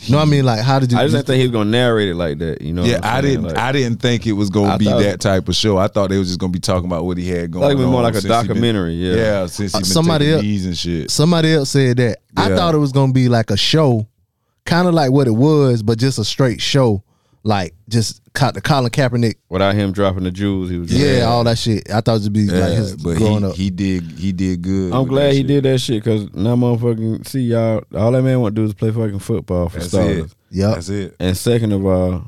no, I mean like how did you?
I just didn't think he was gonna narrate it like that. You know?
Yeah,
what I'm
I
saying?
didn't.
Like,
I didn't think it was gonna
I
be
thought-
that type of show. I thought they was just gonna be talking about what he had going.
thought it was more
on
like a
since he been-
documentary, yeah.
yeah. Since he
Uh,
been
somebody
taking
else-
these and shit.
Somebody else said that. I
Yeah.
thought it was gonna be like a show, kind of like what it was, but just a straight show, like just co- the Colin Kaepernick,
without him dropping the jewels, he was. just-
yeah, all that shit. I thought it'd be like his
but
growing
he,
up.
he did. He did good.
I'm
with
glad
that
he
shit.
did that shit because now motherfucking see y'all. All that man want to do is play fucking football for
That's
starters.
it.
Yup.
That's it.
And second of all,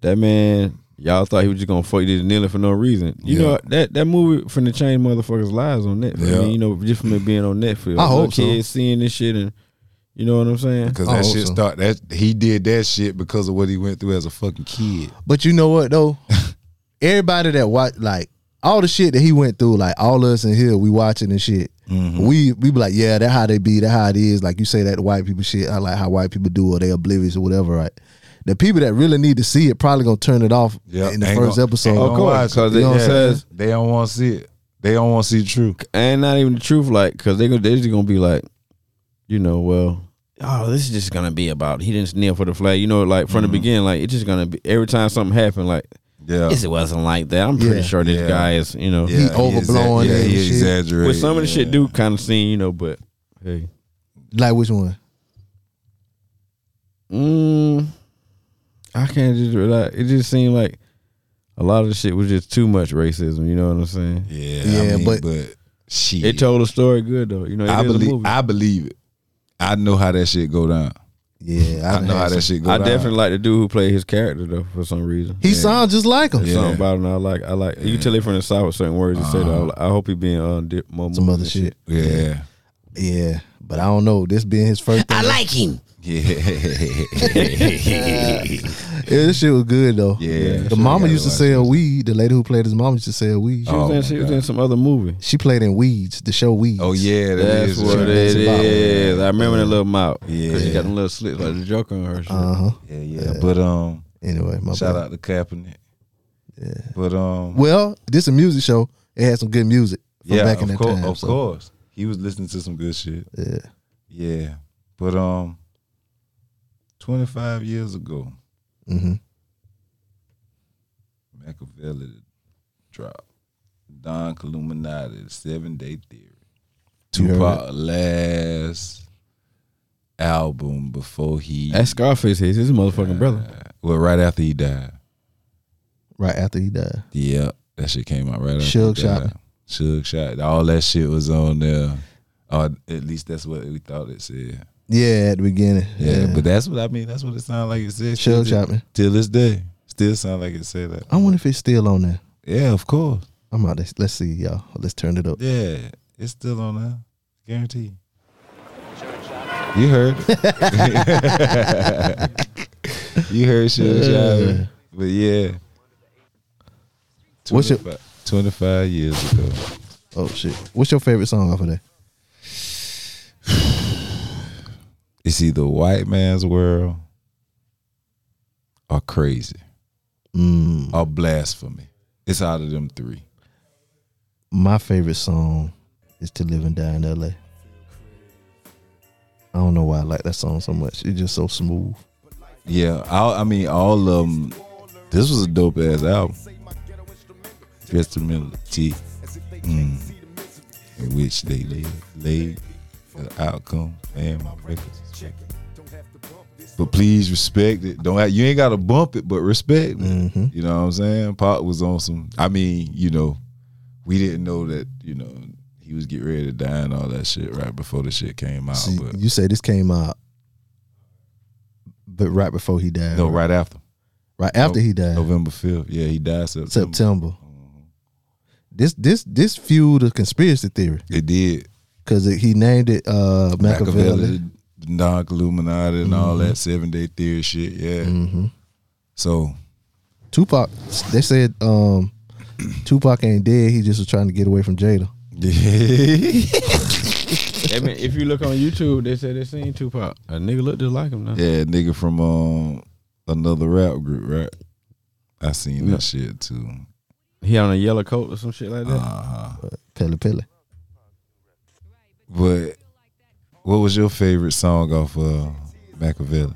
that man, y'all thought he was just gonna fuck you to kneeling for no reason. You know that that movie from the chain motherfuckers lives on Netflix.
Yeah.
I mean, you know, just from it being on Netflix.
I hope
Little
so.
Kids seeing this shit and you know what I'm saying.
Because
I
that
hope
shit
so.
start that he did that shit because of what he went through as a fucking kid.
But you know what though? Everybody that watch like all the shit that he went through, like all us in here, we watching and shit.
Mm-hmm.
We we be like, yeah, that how they be, that how it is. Like you say that white people shit, I like how white people do or they oblivious or whatever, right? The people that really need to see it probably gonna turn it off
Yeah,
in the
ain't
first
gon-
episode.
ain't
Of
gon'
course,
watch
'cause it
You know what
just
I'm saying?
says-
they don't want to see it. They don't want to see the truth.
and not even the truth, like, because they're they just gonna be like, you know, well, oh, this is just gonna be about he didn't kneel for the flag, you know, like from the beginning, like it's just gonna be every time something happened, like
Mm-hmm. Yeah,
this it wasn't like that. I'm pretty
Yeah.
sure this
Yeah.
guy is, you know,
yeah,
he overblowing
Yeah,
it and
he
shit.
exaggerated.
with some of the
yeah.
shit do kind of seem, you know, but hey,
Like which one?
mm, I can't just like it just seemed like a lot of the shit was just too much racism. You know what I'm saying?
Yeah,
Yeah,
I mean,
but-
but, shit.
It told a story good though. You know, it
I
is a
believe.
movie.
I believe it. I know how that shit go down.
Yeah,
I, know how that
that.
shit go
I
down.
definitely like the dude who played his character though for some reason.
He sounds just like him.
Yeah.
something about him. I like. I like. You can tell it from the side with certain words. He said, I, "I hope he being uh, di- more
Some
more
other
than
shit.
Yeah.
Yeah. But I don't know. This being his first thing.
I like him.
Yeah.
Yeah, this shit was good though.
Yeah,
The
sure,
mama
gotta
used to
watch
sell weed. The lady who played his mom used to sell weed.
She was,
Oh
in,
my
she was
God.
in some other movie.
She played in Weeds, the show Weeds.
oh yeah, that
That's
is
what
true.
it
it's about.
is. I remember that little mouth. Yeah, she
Yeah.
got them little slits like the Joker on her. shit.
Uh huh.
Yeah, yeah. But um,
Anyway, my
shout
bad.
out to Kaepernick. Yeah. But um,
Well, this is a music show. It had some good music from
yeah,
back in
of
the
course,
time.
of
so-
course, he was listening to some good shit.
Yeah.
Yeah, but um, twenty five years ago,
hmm
Machiavelli dropped Don Columinati, the Seven Day Theory,
You heard
Tupac last album before he
That Scarface is his motherfucking brother.
well right after he died.
Right after he died.
Yeah, that shit came out right after
Shug
he
Shot.
died. Uh, Shug shot. All that shit was on there. Or at least that's what we thought it said.
Yeah, at the beginning.
Yeah, but that's what I mean. That's what it sounds like it says.
Shell shopping.
Till this day. Still sound like it said that.
I wonder if it's still on there.
Yeah, of course.
I'm out. There. Let's see, y'all. Let's turn it up.
Yeah. It's still on there. Guaranteed. You heard. you heard Shell shopping. But yeah.
What's your-
25 25 years ago.
Oh shit! What's your favorite song off of that?
It's either white man's world or crazy
Mm,
or blasphemy. It's out of them three.
my favorite song is "To Live and Die in L.A." I don't know why I like that song so much. It's just so smooth.
Yeah, I, I mean all of them. This was a dope ass album. Instrumental T, mm. in which they laid, laid the outcome and my records. But please respect it. Don't have, you ain't gotta bump it, but respect it.
Mhm.
You know what I'm saying? Pop was on some. I mean, you know, we didn't know that. You know, he was getting ready to die and all that shit right before the shit came out.
See,
but
you say this came out, but right before he died.
no, right after
Right after he died,
November Mm-hmm. fifth. Yeah, he died September.
September. This this this fueled a conspiracy theory
It did.
because he named it uh, Machiavelli. Mm-hmm.
Machiavelli, Dark Illuminati, and all that seven day theory shit. Yeah. So
Tupac. They said um, Tupac ain't dead. He just was trying to get away from Jada.
yeah,
I mean, if you look on YouTube, they said they seen Tupac. A nigga looked just like him now.
nigga from um another rap group, right? I seen
No.
that shit too.
He on a yellow coat or some shit like that.
Uh, Pele Pele.
But what was your favorite song off of Machiavelli?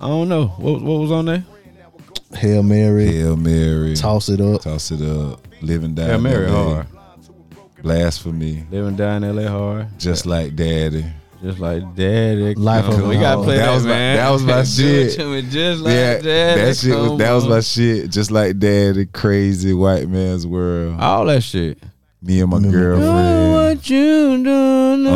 I don't know what what was on there.
Hail Mary.
Hail Mary,
Toss it up.
Toss It Up, Living Die,
Yeah, Mary hard,
Blasphemy,
living down in L.A. hard,
Just Like Daddy.
just like Daddy.
Life
come.
of
we gotta
Hard.
play
That
that,
was my-
man.
that was my
Do it
shit.
to me just like Daddy.
that shit was
come
that was my
on.
shit. Just like daddy, crazy white man's world.
all that shit.
Me and my
Remember-
Know
girlfriend.
what you done,
Um,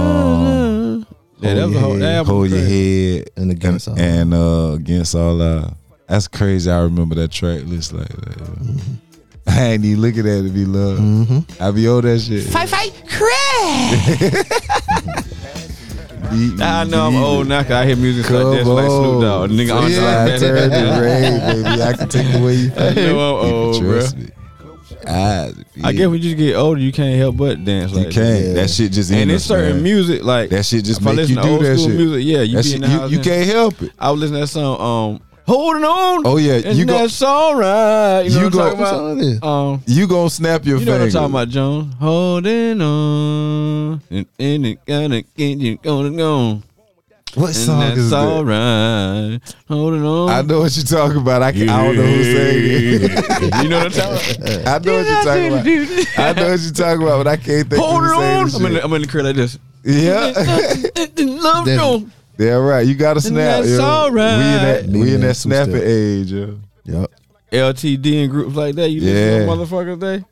uh, yeah, that was a whole
Hold
that
your
album.
Hold
was
your
great.
head
And against
and,
all
and, uh, against all odds. That's crazy. I remember that track list like that. I ain't even looking at it. Be love. I be on that shit.
Fight, fight, crack.
Beat
Nah, I
me,
know I'm
beat me.
old now 'cause I hear music like
Come
this, like Snoop Dogg.
on.
Nigga, I'm
yeah,
like
turn
that.
the red, baby. I can take the way you
I know I'm old, bro.
Trust me. I,
I guess when you get older, you can't help but dance
you
like that.
can't.
yeah.
That shit just
And
in
it's
us,
certain
man.
music like
That shit just
if I
make
listen
you
to
do
old
that
school
shit.
music, yeah, you
That
be
shit-
in the
you,
house
you
and-
can't help it.
I was listening to that song, um, holding on.
Oh, yeah,
and
you go-
that's all right. You know
you
what I'm
go-
What
talking
song it is?
about? Um,
You gonna snap your
you know what I'm
fingers.
talking about, Joan? Holding on, and and it gonna get you going on.
What
And
song
that's
is that?
all right. Holding on.
I know what you're talking about. I, can, I don't know who's saying it.
you know what I'm talking about?
I know what you're talking about. I know what you're talking about, but I can't think
Hold
of
on.
who's
I'm in,
saying
the, I'm in the crib like this.
Yeah,
Love
Then-
you.
yeah, right. You gotta snap.
that's
yo.
all right.
We in that, we in
Yeah,
that
two
snapping
step.
age. Yo.
Yep.
LTD and groups like that. You
Yeah.
listen to motherfuckers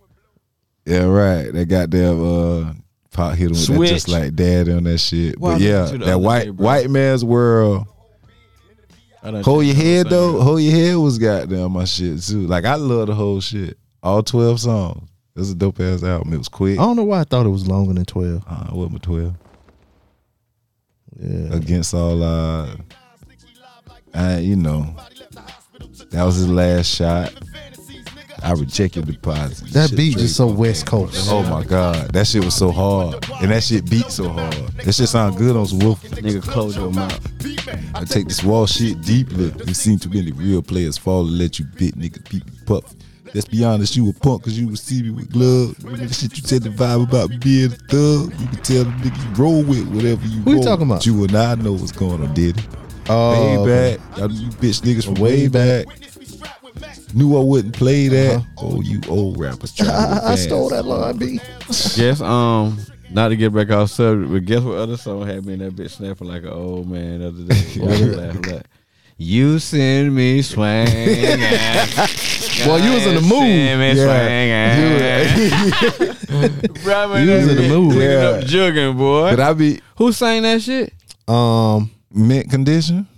they
Yeah, right. That goddamn uh, pop hit him with that just
Switch.
like dad on that shit.
Well, I
but yeah,
listened to the
that
other
white
day, bro.
white man's world.
I done
Hold your
checked
head
out
though.
the
Hold your head was goddamn my shit too. Like I love the whole shit. All twelve songs. It was a dope ass album. It was quick.
I don't know why I thought it was longer than twelve.
Uh, what my twelve?
Yeah.
Against all uh, I, you know, that was his last shot. I reject your deposit.
That
Shit
beat
Drake.
just so West Coast.
Oh my god, that shit was so hard, and that shit beat so hard. That shit sound good on some wolf.
Nigga, close your mouth.
I take this wall shit deeply. We've seen too many real players fall and let you bit niggas peep and puff. Let's be honest, you a punk cause you receive me with gloves. Remember the shit you said the vibe about being a thug. You can tell them niggas you roll with whatever you
Who you
want.
talking about?
You and I know what's going on, did it?
Oh,
way back. Y'all you bitch niggas from way
Way
back. Knew I wouldn't play that. Oh, you old rappers try
Uh-huh. I stole that line B.
Guess um not to get back off subject, but guess what other song had me in that bitch snapping like an old man the other day. Y'all would laugh like, You send me swang.
Well, you was in the mood.
Send me swang. Bro,
You was in the mood.
Up
Yeah.
jugging, boy.
But I be
Who sang that shit? Uh,
Um,
mint condition.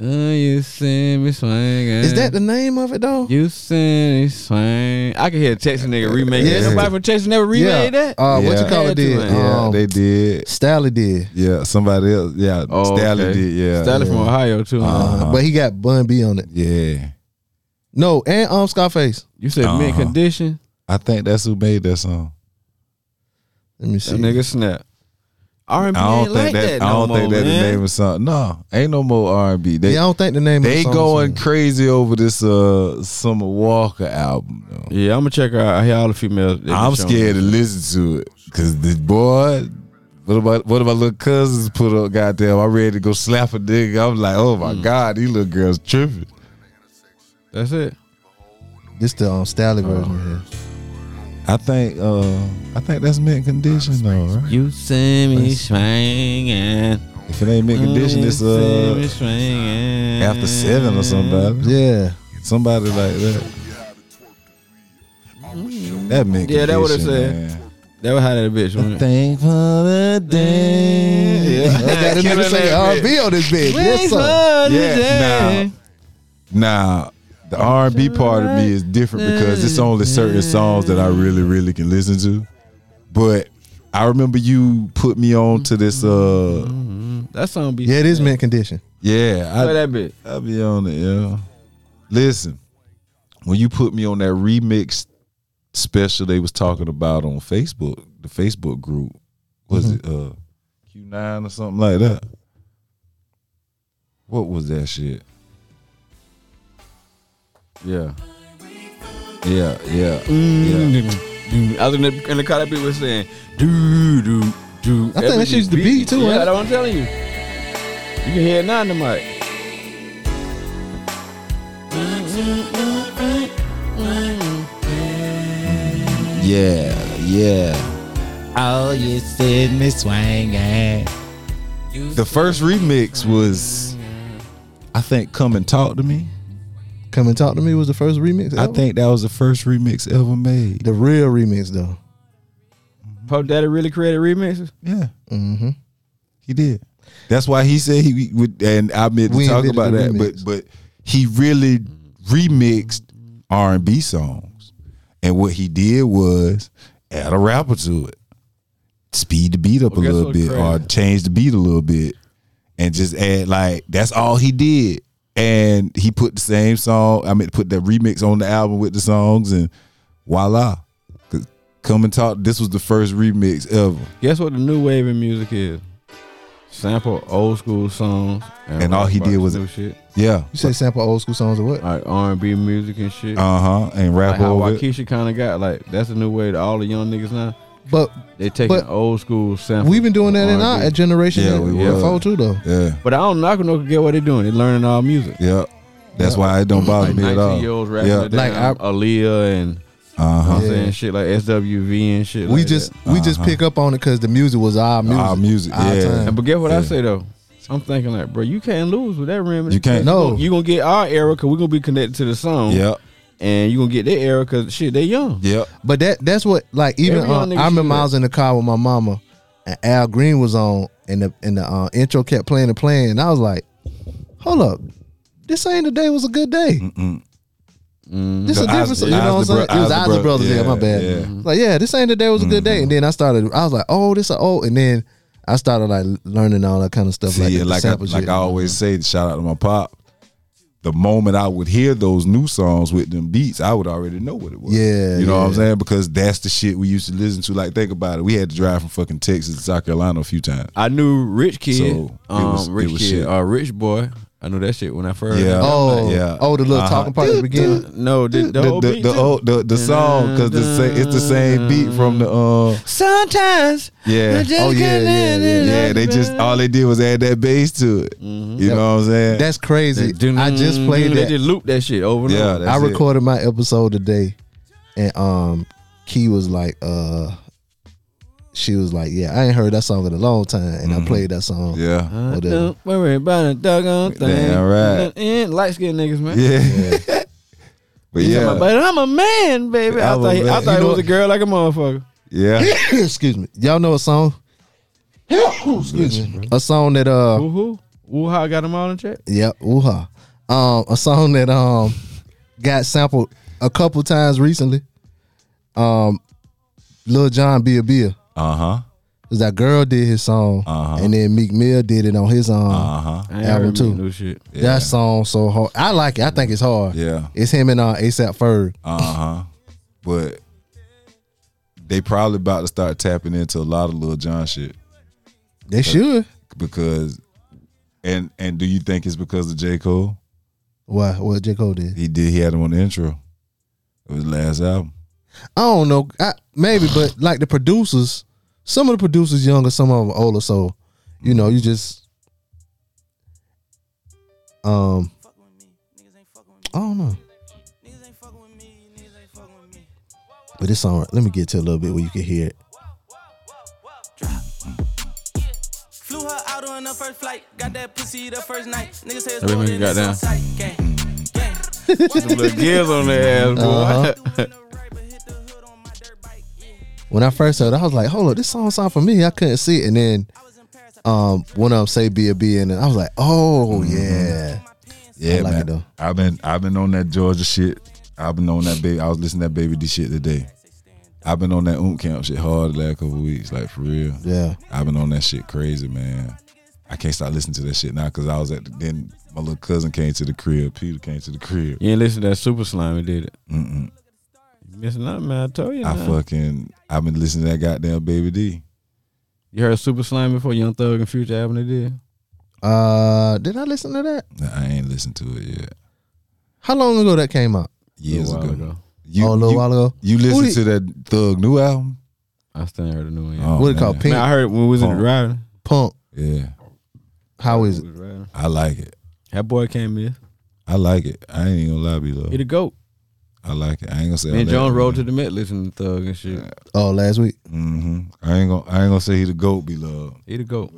you send me swinging.
Is that the name of it though?
you send me swing? I can hear a Texas nigga remake.
Yeah.
Yeah, somebody from Texas never remade that.
Uh, What you
Yeah.
call it did?
Yeah,
Yeah,
Um,
they did.
Stally did,
Yeah, somebody else. Yeah,
Oh,
Staley
okay.
did. Yeah,
Staley
yeah.
from Ohio too. huh?
Uh-huh.
but he got Bun B on it.
yeah,
No, and um Scarface.
you said mint
Uh-huh.
condition.
I think that's who made that song.
Let me
That
see.
nigga snap. R and B
I don't
ain't
think
like
that.
that.
I
no
don't think
more,
that the
man.
name of something. No, ain't no more R and B. They
yeah, I don't think the name.
they
of the song
going
is-
crazy over this uh Summer Walker album. Though.
Yeah, I'm gonna check her out. I hear all the females. that
I'm
be showing.
scared to listen to it because the boy. What about what about little cousins put up? Goddamn, I'm ready to go slap a nigga. I'm like, oh
Mm.
my god, these little girls tripping.
That's it.
This the um, Stally version. here.
I think uh I think that's mint condition though, right?
You send me swinging.
If it ain't mint condition, it's uh after seven or somebody,
Yeah,
somebody like that. That mint
Yeah, that what it
condition,
said.
man.
That was how that bitch went.
Thank for the day.
Yeah.
I got a nigga say R&B on this bitch. Yes, sir.
Yeah, Nah, the R and B part of me is different because it's only certain songs that I really, really can listen to. But I remember you put me on to this. uh
That song be.
Yeah, it is mint condition.
Play
Yeah,
that bitch.
I, I be on it. Yeah. Listen, when you put me on that remix special they was talking about on Facebook, the Facebook group was it uh Q nine or something like that. What was that shit?
Yeah.
Yeah, yeah, yeah.
Mm, I was in the, in the car. That bitch was saying, "Do do do."
I think that shit's the beat, too,
Yeah,
ain't it?
that's what I'm telling you. You can hear it now in the mic.
Yeah, yeah.
Oh, you send me
eh?
swinging.
The first remix was, I think, "Come and Talk to Me."
Come and talk to me was the first remix.
I
ever?
think that was the first remix ever made.
the real remix though.
Puff Daddy really created remixes.
Yeah,
Mm-hmm.
he did. That's why he said he would. And I meant
We
to talk
invented
about
the
that,
remix.
but but he really remixed R and B songs. And what he did was add a rapper to it, speed the beat up
Well,
a
guess
little
what,
bit, or
Craig?
change the beat a little bit, and just add like that's all he did. And he put the same song. I mean, put that remix on the album with the songs, and voila. 'Cause Come and talk. This was the first remix ever,
Guess what the new wave in music is? Sample old school songs, and,
And all he
rap about
did
the
was-
new shit.
yeah.
You say sample old school songs or what?
Like R and B music and shit.
Uh huh. And rap
like how
over. it.
Waukesha kind of got like that's the new way to all the young niggas now.
But
They taking
But
old school samples.
we've been doing that in
from
our
R&B.
generation
Yeah,
yeah,
we
before
were.
too though.
Yeah,
But I don't knock them. Don't get what they're doing. They're learning all music.
yeah. That's why it don't bother
Like
me at
nineteen year
all.
olds rapping
Yeah.
to
Like,
damn Aaliyah and you
Uh
know what
huh.
I'm
Yeah.
saying shit like SWV and shit.
We
like
just
that.
we just pick up on it because the music was our music.
Uh-huh. Our music, yeah.
And but get what I
Yeah.
say though. I'm thinking like, bro, you can't lose with that remedy.
You can't.
No.
you gonna get our era because we're gonna be connected to the song.
Yep.
and you gonna get their era because shit, they young.
Yep.
But that that's what like even
Every young
uh,
nigga
I
should
remember
do
I was in the car with my mama and Al Green was on and the and the uh, intro kept playing and playing and I was like, hold up, this ain't the day was a good day. Mm-hmm. This a
The
different,
Oz-
you know what
Oz the
I'm saying?
Bro-
it
Oz
was
the
Oz the
Bro-
Brothers, yeah,
yeah,
my bad. Mm-hmm.
yeah.
Like, yeah, this ain't the day was a good day. And then I started, I was like, oh, this a oh, and then I started like learning all that kind of stuff, like,
See,
the
like I,
sample
like
shit.
I always say, shout out to my pop. The moment I would hear those new songs with them beats, I would already know what it was.
Yeah,
you know what I'm
yeah.
saying? Because that's the shit we used to listen to. Like, think about it. We had to drive from fucking Texas to South Carolina a few times.
I knew Rich Kid,
So, it
um,
was- it
Rich
was
Kid,
shit.
uh, Rich Boy. I knew that shit when I first.
Yeah.
oh,
Yeah.
oh, the little
Uh-huh.
talking part at the beginning.
No, the, the,
The
whole
the
beat
the,
too.
old, the, the song because the sa- it's the same beat from the uh
Sometimes.
yeah
Oh yeah, yeah, yeah.
Yeah, they just all they did was add that bass to it.
Mm-hmm.
You know what I'm saying?
That's crazy. I just played
They
that.
just looped that shit over and
yeah,
over.
that's
I
it.
recorded my episode today, and um, Key was like, uh, she was like, yeah, I ain't heard that song in a long time, and I played that song.
Mm-hmm. Yeah,
I
Whatever.
Don't worry about a doggone thing.
Damn right.
And light skinned niggas, man.
yeah, but yeah,
But I'm a man, baby. I
I'm a
thought, he, I
man.
thought
You
it
know-
was a girl like a motherfucker.
yeah.
Excuse me. Y'all know a song? Excuse me. A song that uh
Woo hoo. Wuha got them all in check.
Yep, Wuha. Um, a song that um got sampled a couple times recently. Um, Lil John Bia Bia.
Uh huh.
Cause that girl did his song,
Uh-huh.
and then Meek Mill did it on his own.
Uh huh.
I
Album
heard
two.
New shit.
yeah.
That song so hard. I like it. I think it's hard.
Yeah.
It's him and uh, ASAP Ferg.
Uh huh. But they probably about to start tapping into a lot of Lil John shit
They should.
because, and and do you think it's because of J Cole?
Why? What J Cole did?
He did. He had him on the intro of his last album.
I don't know. I, maybe, but like the producers, some of the producers younger, some of them older. So, you know, you just um. I don't know. But this song, let me get to a little bit where you can hear it.
Flew her out on the first flight. Got that pussy the first night. Niggas say it's
That
cold
bitch
and
got
it's
down.
on sight. Gang, gang.
Some little gears on their ass, boy.
Uh-huh.
Doing the right, but hit the hood on my dirt bike. Yeah.
When I first heard, it, I was like, "Hold up, this song sound familiar." I couldn't see it, and then
I was in Paris. I
um, one of them say "Be a B," and I was like, "Oh yeah."
put my pants
Yeah,
I like
man.
it though.
I've been I've been on that Georgia shit. I've been on that baby. I was listening to that baby D shit today. I've been on that Oom Camp shit hard the last couple weeks, like for real.
Yeah.
I've been on that shit crazy, man. I can't stop listening to that shit now because I was at the, then my little cousin came to the crib. Peter came to the crib.
You ain't listen to that super slimy, did it?
Mm-mm.
You missing out, man. I told you.
I
man.
fucking I've been listening to that goddamn baby D.
You heard Super Slime before Young Thug and Future album they did?
Uh, did I listen to that?
Nah, I ain't listened to it yet.
How long ago that came out?
Years
a little
ago.
while ago.
You,
oh, a little
you,
while ago.
you
Who
listen
he-
to that Thug new album?
I still ain't heard the new one yet.
Oh,
what it called?
man.
Pink
Man, I heard it when we was in
Oh.
the riding.
Punk.
Yeah,
How is it?
We was riding.
I like it.
That boy came in.
I like it. I ain't even gonna lie, below.
He the goat.
I like it. I ain't gonna say.
Man, Jones rode to the Met listening to Thug and shit.
Oh, last week.
Mm-hmm. I ain't gonna. I ain't gonna say he the goat, beloved.
He the goat.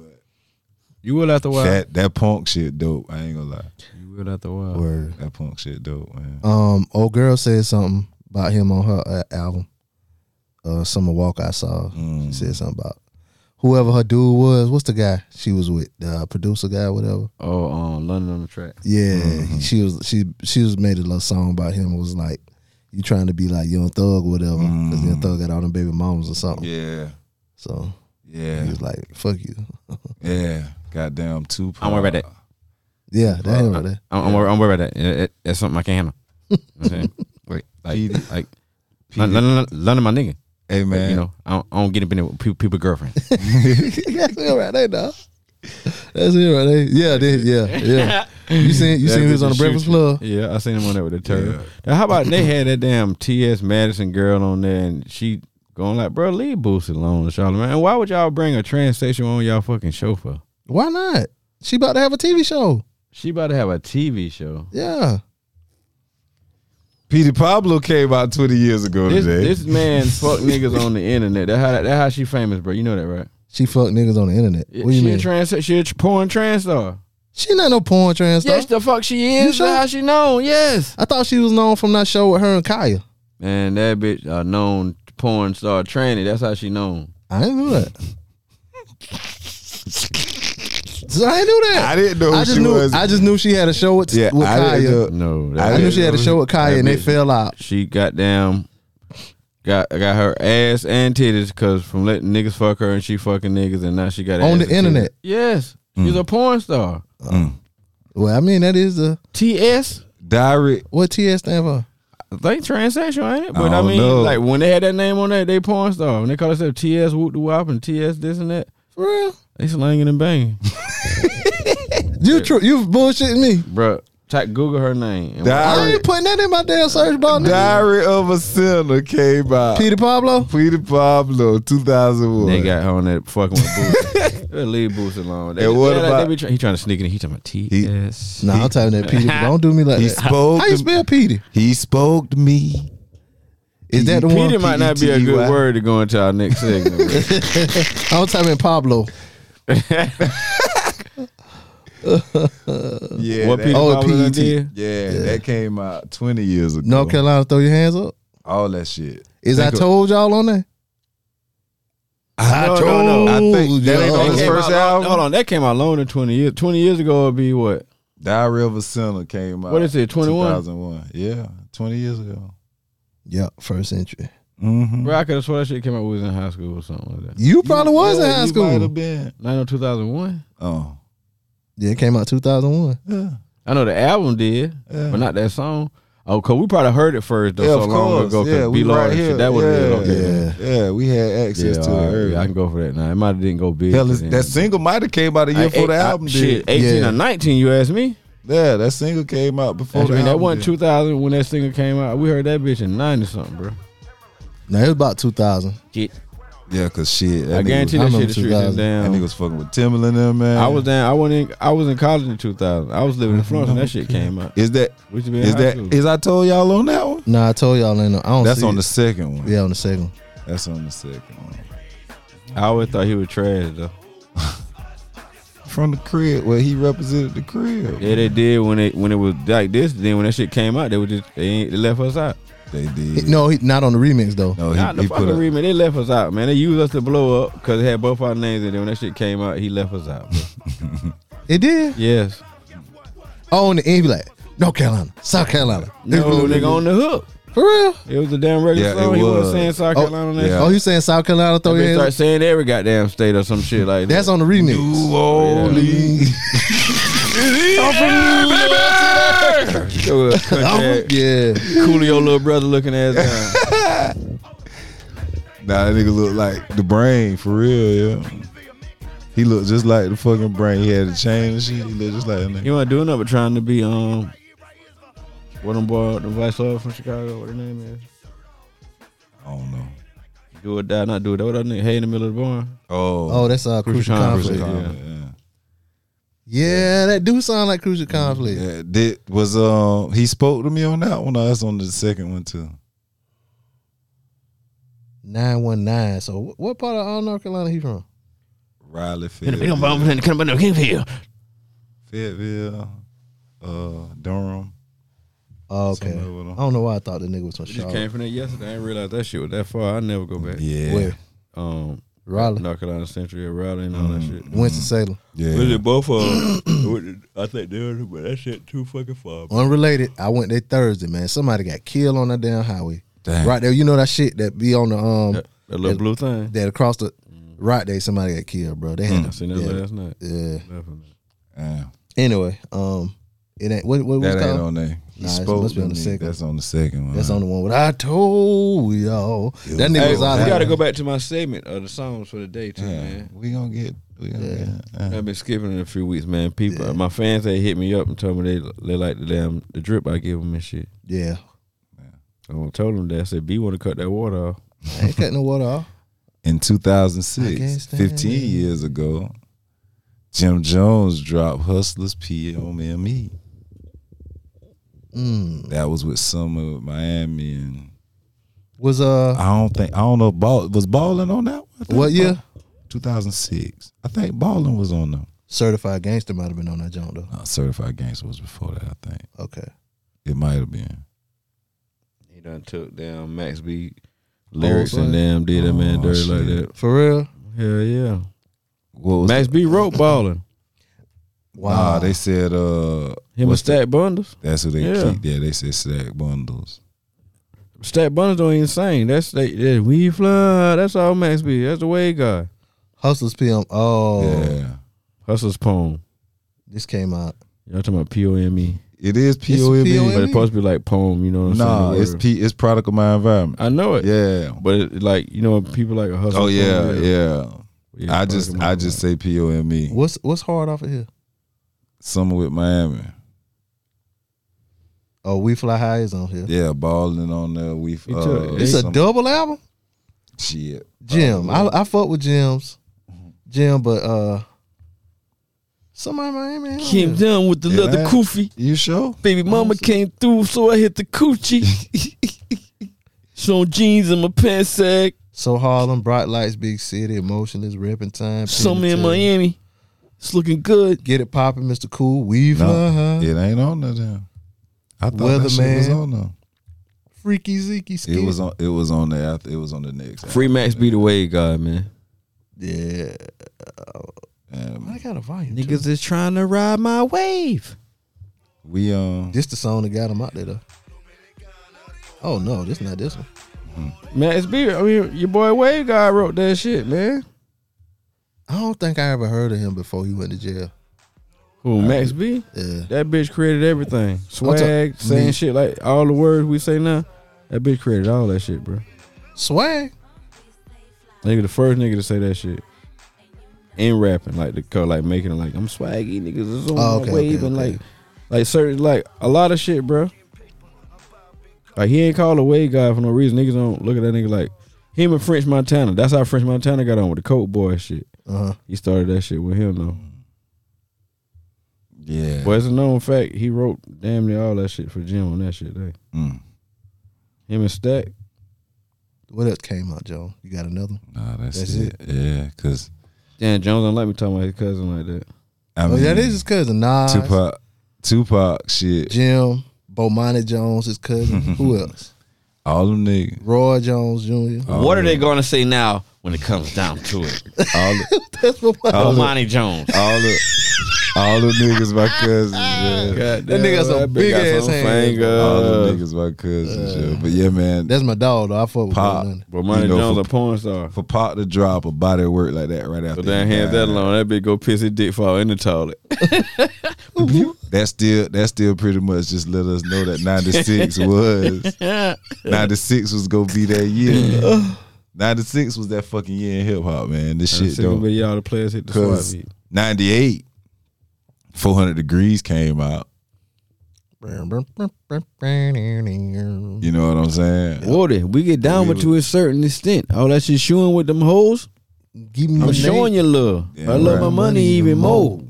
You will after a while.
That that punk shit dope. I ain't gonna lie.
You will after a while.
Word.
That punk shit dope, man.
Um, old girl said something about him on her uh, album. Uh, Summer Walk. I saw.
Mm.
She said something about whoever her dude was. What's the guy she was with? The uh, producer guy, whatever.
Oh, um, London on the track.
Yeah,
Mm-hmm.
she was. She she was made a little song about him. It was like you trying to be like Young Thug, or whatever. Because
Mm.
Young Thug got all them baby moms or something.
Yeah,
So he
yeah,
was like, "Fuck you."
yeah. Goddamn, Tupac.
I'm worried about that.
yeah, that him right there.
I'm, I'm, worried, I'm worried about that. It- it- that's something I can't handle. You know what I'm saying? Wait, like, like, none, none, none, none of my nigga.
Hey man,
You know, I don't, I don't get up in it with people, people girlfriend.
That's him right there, dog. That's him right there. Yeah, they, yeah, yeah. You seen you
That
seen he was
bitch
on the
shoot
Breakfast
you.
Club?
Yeah, I seen him on there with the turtle.
Yeah.
Now, how about they had that damn T.S. Madison girl on there and she going like, bro, leave Boosie alone, Charlamagne. And why would y'all bring a trans sexual on y'all fucking show for?
Why not? She about to have a TV show.
She about to have a TV show.
Yeah,
Peter Pablo came out 20 years ago
This,
today.
this man fuck niggas on the internet. That how that, how she famous, bro. You know that, right?
she fuck niggas on the internet. What do
she
you
a
mean?
trans, she a porn trans star.
she not no porn trans star.
Yes, the fuck she is.
sure?
How she known? Yes.
I thought she was known from that show with her and Kaya.
Man, that bitch a known porn star tranny. That's how she known.
I didn't know that. So I didn't know that.
I didn't know who
I just
she
knew.
was.
I just knew she had a show with,
yeah,
with
I
Kaya.
didn't know.
No, that
I
I
bitch-
knew she had a show with Kaya,
That
and they
bitch-
fell out.
she got down got got her ass and titties because from letting niggas fuck her and she fucking niggas and now she got
On
ass
the
and
internet.
titties. Yes, she's a porn star.
Well, I mean, that is the
TS,
Diary.
what TS stand for.
I think transsexual, ain't it? But I,
don't
mean,
know.
like when they had that name on that, they porn star. When they call themselves TS Whoop the Wop and TS this and that,
For real?
they slanging and banging,
You true? You bullshitting me?
Bruh, Type Google her name. And
Diary.
I ain't putting that in my damn search bar. nigga.
Diary of a Sinner came out.
Peter Pablo.
Peter Pablo, 2001.
They got her on that fucking with Boosie. They Leave Boosie alone. They,
And what
they- they
about-
be try- he trying to sneak in. He talking about TS.
Nah, I'm typing that Peter. Don't do me like
He
that.
spoke
How you
to-
spell Peter?
He spoke to me.
Is that the one?
Peter might not be a
P E T E Y.
good word to go into our next segment. bruh.
I'm typing Pablo.
Yeah,
what
that,
Peter
Oh,
Pablo
E
done
PET.
did?
yeah, that came out 20 years ago.
North Carolina, throw your hands up.
All that shit.
Is I
Think of-
told y'all on that?
I
No, no, no.
I think
Yo.
that ain't on
That
his
came
first
out-
album.
Hold on, that came out longer than twenty years. Twenty years ago, it'd be what?
Diary of a Sinner came out.
What is it, 21?
2001. Yeah, 20 years ago.
Yep, first entry.
Mm-hmm.
Bro, I could have sworn that shit came out when we was in high school or something like that.
You probably was in high
Might
school.
have been.
Not no two thousand one.
Oh.
Yeah, it came out 2001.
Yeah.
I know the album did,
Yeah.
but not that song. Oh, cause we probably heard it first though
Yeah,
so
of
long
course.
ago. 'cause
Yeah, we
B-Law
right
and shit,
here.
That was it.
Yeah.
Okay.
Yeah.
Yeah, we had
Yeah,
access to
all
it
right,
early.
I can go for that now. It might have didn't go big.
Hell, it's-
then.
that single might have came out a year
I-
before the
I-
album
shit,
did.
eighteen
Yeah.
or nineteen. You ask me.
Yeah, that single came out before
That's-
the
I mean, that
album
wasn't
did.
two thousand when that single came out. We heard that bitch in ninety something, bro.
No, it was about 2000.
Yeah, cause shit. That
I
nigga
guarantee that
was,
I'm
shit
in
the streets is
2000.
That nigga
down.
was fucking with Timberland and them, man.
I was down. I wasn't. In, I was in college in two thousand. I was living in Florence when that shit came out.
Is that
We used to be in
is
high
that
school.
is I told y'all on that one?
Nah, I told y'all ain't no. I don't
That's
see
on the
it.
second one.
Yeah, on the second.
That's on the second one.
I always thought he was trash though.
From the crib, where he represented the crib.
Yeah, they did when it when it was like this. Then when that shit came out, they were just they, ain't, they left us out.
They
It-
did.
No, he, not on the remix though.
Not
no Oh, he,
the
he
fucking
put a,
remix. They left us out, man. They used us to blow up because it had both our names. And then when that shit came out, he left us out. bro.
It did.
yes.
Oh, on the end, be like North Carolina, South Carolina.
No, nigga on the hook.
For real?
It was a damn regular
Yeah, it
song. He
was.
wasn't saying South Carolina. and that
yeah. Oh,
Oh, you saying South Carolina? Throw your
They
hands.
start
up?
saying every goddamn state or some shit like
That's
that.
on the remix.
Holy.
That's on
Oh, yeah.
Coolio little brother looking ass down.
Nah, that nigga look like the brain for real, yeah. He looked just like the fucking brain. He had a chain and shit. He looked just like that nigga.
You ain't doing nothing but trying to be um what them boy the vice off from Chicago, what her name is?
I don't know.
Do or die, not do it. That what that nigga hey in the middle of the barn.
Oh,
Oh, that's uh, crucial,
Crucial Conflict,
conflict.
yeah.
yeah.
Yeah, that do sound like crucial conflict.
Yeah, did was um he spoke to me on that one? Or that's on the second one too.
Nine one nine. So wh- what part of uh, North Carolina he from?
Riley Fayetteville,
in the company of Kingfield.
Fayetteville, uh, Durham.
Oh, okay. I
Somewhere with him.
don't know why I thought the nigga was from
Just
Charlotte.
came from there yesterday. I didn't realize that shit was that far. I never go back.
Yeah,
Where?
Um
Raleigh,
North Carolina Century, Raleigh and all that shit.
Winston Salem.
yeah.
Was it both of them? I think they were, but that shit too fucking far.
Unrelated. I went there Thursday, man. Somebody got killed on that damn highway.
Dang.
Right there, you know that shit that be on the um
That, that little
It-
blue thing.
that across the
Mm.
right there. Somebody got killed, bro. They had
I seen that
yeah,
last night.
yeah.
Definitely.
Yeah.
Anyway, um, it ain't what what was
That
it
ain't
called?
on there. He
Nah, it
spoke
must be
to
on the
me.
second.
That's on the second one.
That's on the one. What I told y'all. That nigga
Hey,
was out
we
there.
got to go back to my segment of the songs for the day too,
Yeah.
man.
We gonna get. We gonna get. uh,
I've been skipping in a few weeks, man. People, my fans, they hit me up and told me they they like the damn the drip I give them and shit.
Yeah,
I told them that I said, "B, want to cut that water off."
I ain't cutting the water off.
in
I can't
2006,
stand
15
it.
years ago, Jim Jones dropped Hustlers P on ME.
Mm.
That was with Summer with Miami, and
Was uh,
I don't think I don't know. Ball was balling on that. one? I think
what year?
2006. I think balling was on them.
Certified Gangster might have been on that joint though.
Uh, Certified Gangster was before that. I think
Okay.
it might have been.
He done took down Max B lyrics and
son.
damn did that man
Oh,
dirty like
shit.
that.
For real?
Hell yeah,
What was
Max B wrote balling.
Wow, nah, they said uh,
Him and
what's
Stack Bundles.
that- That's who they
Yeah.
keep. Yeah, they said Stack Bundles.
Stack Bundles don't even sing. That's they, they we fly. That's all Max B. That's the way guy.
Hustlers PM. Oh,
Yeah,
Hustler's poem.
this came out.
Y'all talking about P O M E.
it is P O M
P.O.M.E..
E.
But it's supposed to be like poem, you know what I'm
Nah,
saying? the
it's
word.
P. It's product of my environment.
I know it.
Yeah.
But it, like, you know, people like a hustle.
Oh yeah, yeah.
Yeah,
I
fuck
just
them
I
all,
just say P O M E.
What's what's hard off of here?
Summer with Miami.
Oh, We Fly High is on here.
Yeah, balling on there. We
He
uh,
took-
It's a
some- Oh,
double album.
shit.
Jim, I I fuck with Jim's, Jim, but uh, somebody Miami. ain't on
Came
here.
down with the
Yeah.
leather koofy.
You sure?
Baby mama came through, so I hit the coochie. Sewn jeans in my pants sack.
So Harlem, Bright Lights, Big City, Emotionless, Reppin' Time,
Summer in
Penitent.
Miami. It's looking good.
Get it poppin', Mr. Cool, We
No,
Fly High,
Uh-huh. it ain't on there. Then. I thought that shit was
Weatherman.
on there.
Freaky Zeke,
It was on. It was on there. after- It was on the next.
Free Max be the way God, man.
Yeah. I got a volume. too.
Niggas is trying to ride my wave.
We um
This the song that got him out there though. Oh no, this not this one.
Man, it's be I mean, your boy Wave Guy wrote that shit, man.
I don't think I ever heard of him before he went to jail.
Who Max B?
Yeah.
That bitch created everything. Swag,
ta-
saying
me.
shit like all the words we say now. That bitch created all that shit, bro.
Swag.
Nigga, the first nigga to say that shit. In rapping, like the co like making it like I'm swaggy niggas is on
Oh,
my
okay,
wave
okay,
and
okay.
like like certain like a lot of shit, bro. Like he ain't called a wave guy for no reason. Niggas don't look at that nigga like him and French Montana. That's how French Montana got on with the Coke boy shit.
Uh huh.
He started that shit with him though.
yeah.
But it's a known fact he wrote damn near all that shit for Jim on that shit. Day.
Mm.
Him and Stack.
What else came out, Joe? You got another? one?
Nah, that's,
That's
it. Yeah, cause
Dan Jones don't let me talk about his cousin like that.
I
Oh,
mean,
that is his cousin. Nas,
Tupac. Tupac shit.
Jim, Bomani Jones, his cousin. Who else?
All them niggas.
Roy Jones Jr.
Oh.
What are they going to say now when it comes down to it?
All the,
That's what my
all the,
Monty Jones.
all the, all the niggas my cousins. Yeah.
God
That nigga got some big ass hands.
All
uh,
the niggas my cousins. yeah. But yeah, man.
That's my dog though. I fuck with
Pop.
him.
But Monty
You know,
Jones
for-
a porn star.
for Pac to drop a body of work like that right after.
So damn
he
hands
died,
that alone, that bitch go piss his dick fall in the toilet.
That still that still pretty much just let us know that ninety six was ninety six was gonna be that year. Ninety six was that fucking year in hip hop, man. This shit
Shit, gonna
don't
be y'all the players hit the swat
because
beat.
ninety eight, four hundred degrees came out. You know what I'm saying?
Woody, we get down with to a certain extent. All that shit showing with them hoes.
Give me
I'm
my
showing
name.
you love.
Yeah,
I love
right.
my money even more.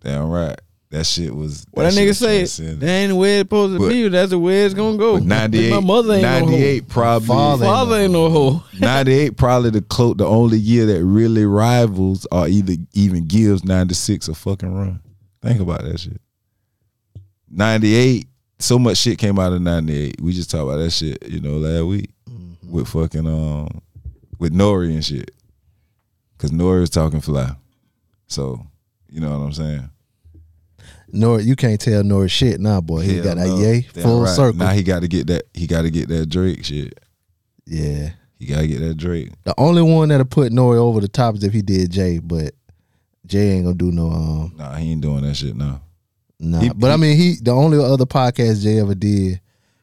Damn right. That shit was
What that,
shit
nigga
was
say?
transcendent.
That ain't the way it's supposed to
But-
be. That's the way it's gonna go.
But 98,
My mother ain't
98 probably
no hoe. Father ain't no hoe.
98 probably the clo- the only year that really rivals or either even gives 96 a fucking run. Think about that shit. 98, so much shit came out of 98. We just talked about that shit, you know, last week
Mm-hmm.
with fucking um with Nori and shit. Cause Nori was talking fly. So, you know what I'm saying?
Nor you can't tell Nor shit now, boy. He
Hell
got that
no.
yay
Damn
full
right.
circle.
Now he gotta get that he gotta get that Drake shit.
yeah.
He gotta get that Drake.
The only one that'll put Nori over the top is if he did Jay, but Jay ain't gonna do no um
Nah, he ain't doing that shit now.
nah.
He-
but I mean he the only other podcast Jay ever did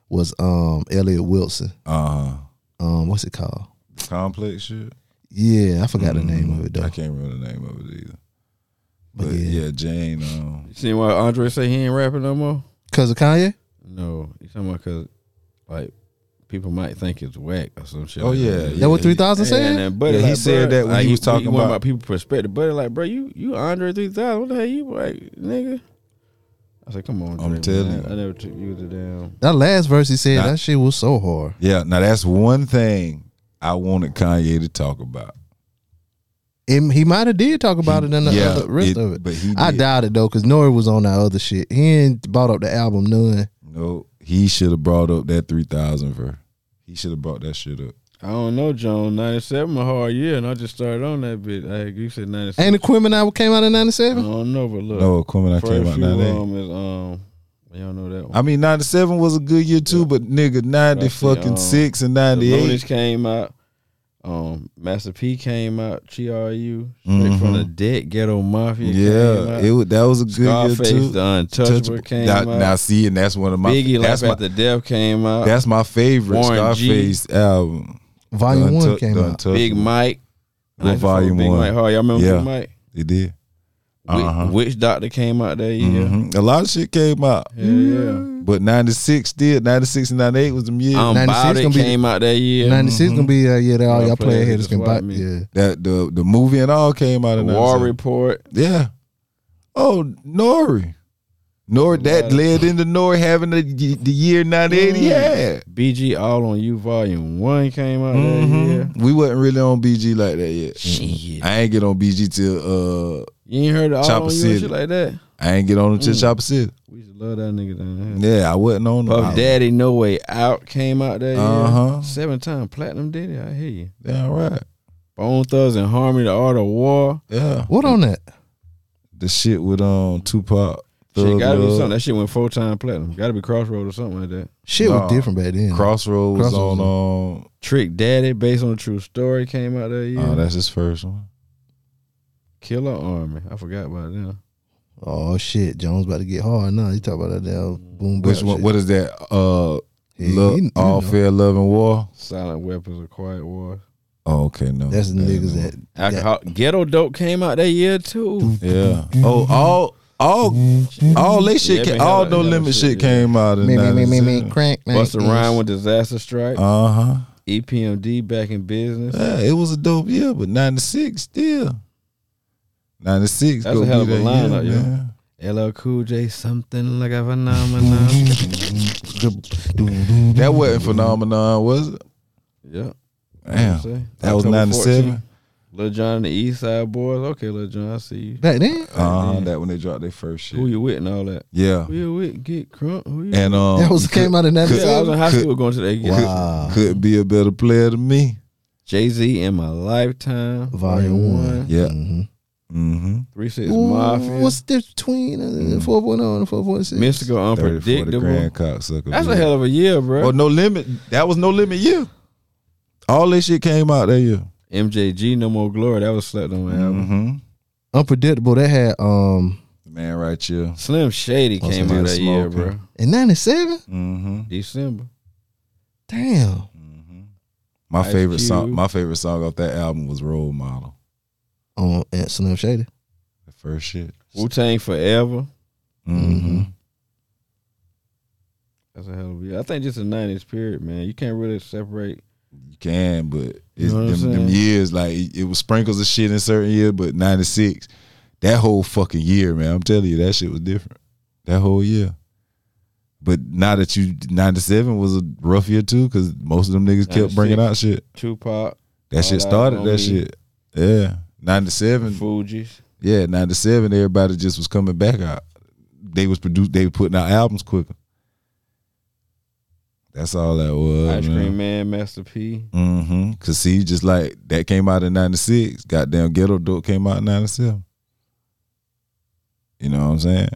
was um Elliot Wilson.
Uh huh.
Um what's it called?
Complex shit.
Yeah, I forgot the name of it
I
though.
can't remember the name of it either.
But
But
yeah.
yeah, Jane. Um,
You seen why Andre say he ain't rapping no more?
Cause of Kanye?
No, he's talking about cause like people might think it's whack or some shit.
Oh,
like
yeah,
that.
yeah.
That what three thousand
And
said?
then Buddy,
Yeah, he
like,
said
bruh,
that when
like,
he was talking
went
about-
people's perspective. Buddy, like, bro, you you Andre three thousand. What the hell you like, nigga? I said, come on,
I'm
Dre,
telling
man.
you.
I never took you to damn.
That last verse he said
Nah.
that shit was so hard.
yeah. Now that's one thing I wanted Kanye to talk about.
It, he might have did talk about it in the
Yeah,
other rest
it-
of it.
but he
I
did.
doubt it though, cause Nori was on that other shit. He ain't bought up the album none.
No, he should have brought up that three thousand verse. He should have brought that shit up.
I don't know, Jones. Ninety seven a hard year, and I just started on that bit. Like you said, ninety seven.
Ain't the Quimmin album came out in
I
Uh,
'97?
don't know, but look,
No, coming out
first
came out
Uh, few
ninety eight.
um, is um, y'all know that one.
I mean, ninety seven was a good year too, but nigga, ninety
Right, see,
fucking
um,
six and
The
ninety
Loonies
eight.
came out. Um, Master P came out. GRU straight from the dead ghetto mafia. came
Mm-hmm. Yeah,
out.
it was, that was a good
Scarface,
year too.
the Untouchable came
now,
out.
now see, and that's one of my
Biggie,
that's
Life
my
After Death came out.
that's my favorite
Warren G.
Scarface album.
Volume
The
one
Untou-
came
The
out.
Untouchable.
Big Mike.
What
Like, fuck
volume
Big
one?
Mike Hard. Y'all remember
Yeah.
Big Mike?
It did.
Witch-
Uh-huh.
Witch Doctor came out that year.
Mhm. A lot of shit came out.
Yeah, yeah.
But 96 did. 96 and 98 was them years.
Um,
96
About It
gonna be-
came out that year.
'96 gonna be uh, yeah. That all
Y'all
y'all play
play
ahead is
Just
gonna
Like
bite.
Me.
Yeah,
that the the movie and all came out
Mm-hmm. The
of
War
96.
Report.
Yeah. Oh, Nori. Nori that
Yeah.
led into Nori having the, the year 98 he had.
BG All on You Volume 1 came out that year.
We wasn't really on BG like that yet. Mm-hmm.
Shit.
I ain't get on BG till uh
You ain't heard of All
Chopper
on You
City.
and shit like that?
I ain't get on
Mm.
until Chopper City.
We used to love that nigga down there.
Yeah, I wasn't on
Puff
I-
Daddy No Way Out came out that year.
Uh-huh.
Seven time platinum did it. I hear you.
Yeah, all right.
Bone Thugs and Harmony, The Art of War.
Yeah.
What on that?
The shit with um Tupac.
Shit,
Thug
gotta be
Love.
something. That shit went full time platinum. Gotta be Crossroad or something like that.
Shit
Nah.
was different back then.
Crossroads,
Crossroads.
on um
Trick Daddy, based on a true story, came out that year.
Oh, that's his first one.
Killer Army. I forgot about them.
oh shit, Jones about to get hard. Nah, you talk about that damn boom. bap
Which one
shit.
what is that? Uh
Yeah, you-
Love,
you
All
know.
Fair Love and War?
Silent Weapons, A Quiet War.
Oh, okay, no.
That's the
I didn't
niggas
know.
that
Alcohol. Ghetto Dope came out that year too.
Yeah. Oh, all all all they shit
Yeah,
came,
they
all
had
no
that
limit
shit,
shit
yeah.
came out in
me me me me me
97.
crank.
Busta Rhyme with Disaster Strike. E
Uh-huh.
EPMD back in business.
Yeah, it was a dope year, but 96 still. 96
That's
gonna
a hell
be
of a
that
lineup,
year,
yo.
man.
LL Cool J, something like a phenomenon.
That wasn't phenomenon, was it?
yeah.
Damn.
Say.
That was
October
97.
14. Lil John and the East Side Boys. Okay, Lil John, I see you.
Back then,
Uh-huh,
then.
that when they dropped their first shit.
Who you with and all that?
yeah.
Who you with? Get crunk. Who you with?
And um
that was came out in
Yeah, I was in
'97.
high school going to the A.
Wow.
could be a better player than me.
Jay Z in my lifetime.
Volume one.
Yeah.
Mhm.
Mm-hmm.
Three Six
Ooh,
Mafia.
What's the difference between uh,
Mm.
4.0 and 4.6?
Mystical Unpredictable.
grand cocksucker.
That's a
dude.
hell of a year,
Oh,
bro.
no limit. That was no limit year. All this shit came out that year.
MJG, No More Glory. That was slept on album.
Mm-hmm.
Unpredictable. That had um
Man, right here.
Slim Shady
Also
came
did
out that year,
Smoking.
bro.
in '97.
Mm-hmm.
December.
Damn.
My
Ice
favorite song.
Cube.
My favorite song off that album was "Role Model."
On at Slim Shady.
The first shit.
Wu Tang Forever.
Mm-hmm.
That's a hell of a year. I think just the nineties period, man. You can't really separate.
You can, but
You
it's
know what I'm
them, them
saying?
years like it, it was sprinkles of shit in certain years, but '96, that whole fucking year, man. I'm telling you, that shit was different. That whole year. But now that you '97 was a rough year too, because most of them niggas kept bringing
96.
out shit.
Tupac,
That shit
All Eyes
started.
on
That
Me.
shit. Yeah. '97.
Fugees.
Yeah, ninety seven. Everybody just was coming back out. They was produced. They were putting out albums quicker. That's all that was.
Ice Cream Man, Master P.
Mm-hmm. Cause see, just like that came out in ninety six. Goddamn, Ghetto Dope came out in ninety seven. You know what I'm saying?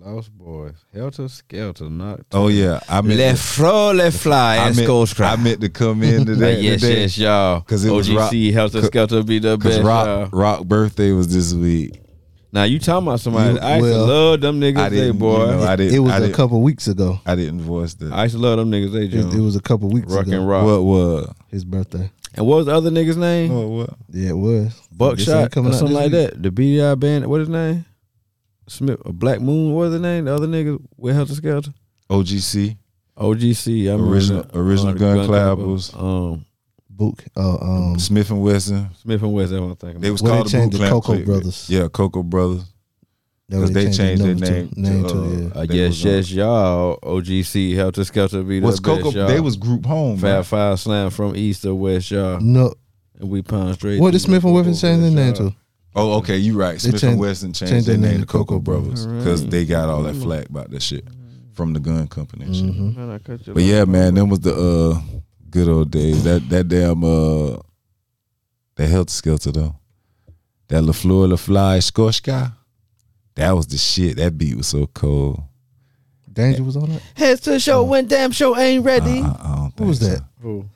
Lost Boys. Helter Skelter. Not
Oh yeah, I meant
Fro Le Fly
I meant, I meant to come in today.
yes,
today.
yes, y'all.
'Cause it was
OGC
rock-
Helter Skelter be the
Cause
best.
Rock
y'all.
Rock birthday was this week.
Now you talking about somebody?
You-
I used
well,
to love them
I
niggas, they
didn't, you
boy.
know, Oh, I didn't.
It was
I
a
didn't-
couple weeks ago.
I didn't voice that.
I used to love them niggas, they
It, it
Jones.
was a couple weeks
Rock
ago.
and rock.
What was?
His birthday.
And what was the other nigga's name?
What what?
Yeah, it was. This ain't
Buckshot
coming
or
out
something
this
like
week.
that. The BDI band, what his name? Smith, uh, Black Moon, what was the name? The other nigga with Helter Skelter?
OGC.
OGC. I remember
Original-
that.
original
the
Gun
Club.
Clappers.
Um,
Book. Uh, um,
Smith and Wesson.
Smith and West, that's what I'm thinking.
They
about.
was
Well, they
called the
changed
Boot
to
Clan
Coco
Clique.
Brothers.
Yeah, Coco Brothers.
that
Because
was
they changed their
number to-
name.
name to,
uh,
yeah.
Uh,
they
yes,
was on-
yes, y'all. OGC, Helter Skelter be the
Was
best,
Coco?
y'all.
They was Group Home.
Fab
man.
Five Slam from East to West,
uh,
y'all.
No,
And we pound straight.
what
through
did Smith and
the
Wesson change their name
y'all.
to?
Oh, okay, you right. Smith and
changed-
Wesson changed,
changed
their
their
name
name
to
to
Coco
Coco
Brothers because
Mm.
they got all that flack about that shit from the gun company. And shit.
Mm. Mm-hmm.
Man, I cut your
But
line.
yeah, man, them was the uh, good old days. That that damn uh, that health skelter though. That LaFleur LaFly Scorch guy. That was the shit. That beat was so cold.
Danger was on it.
Heads to the show when damn show ain't ready.
I, I don't think
What was
so.
that?
Who?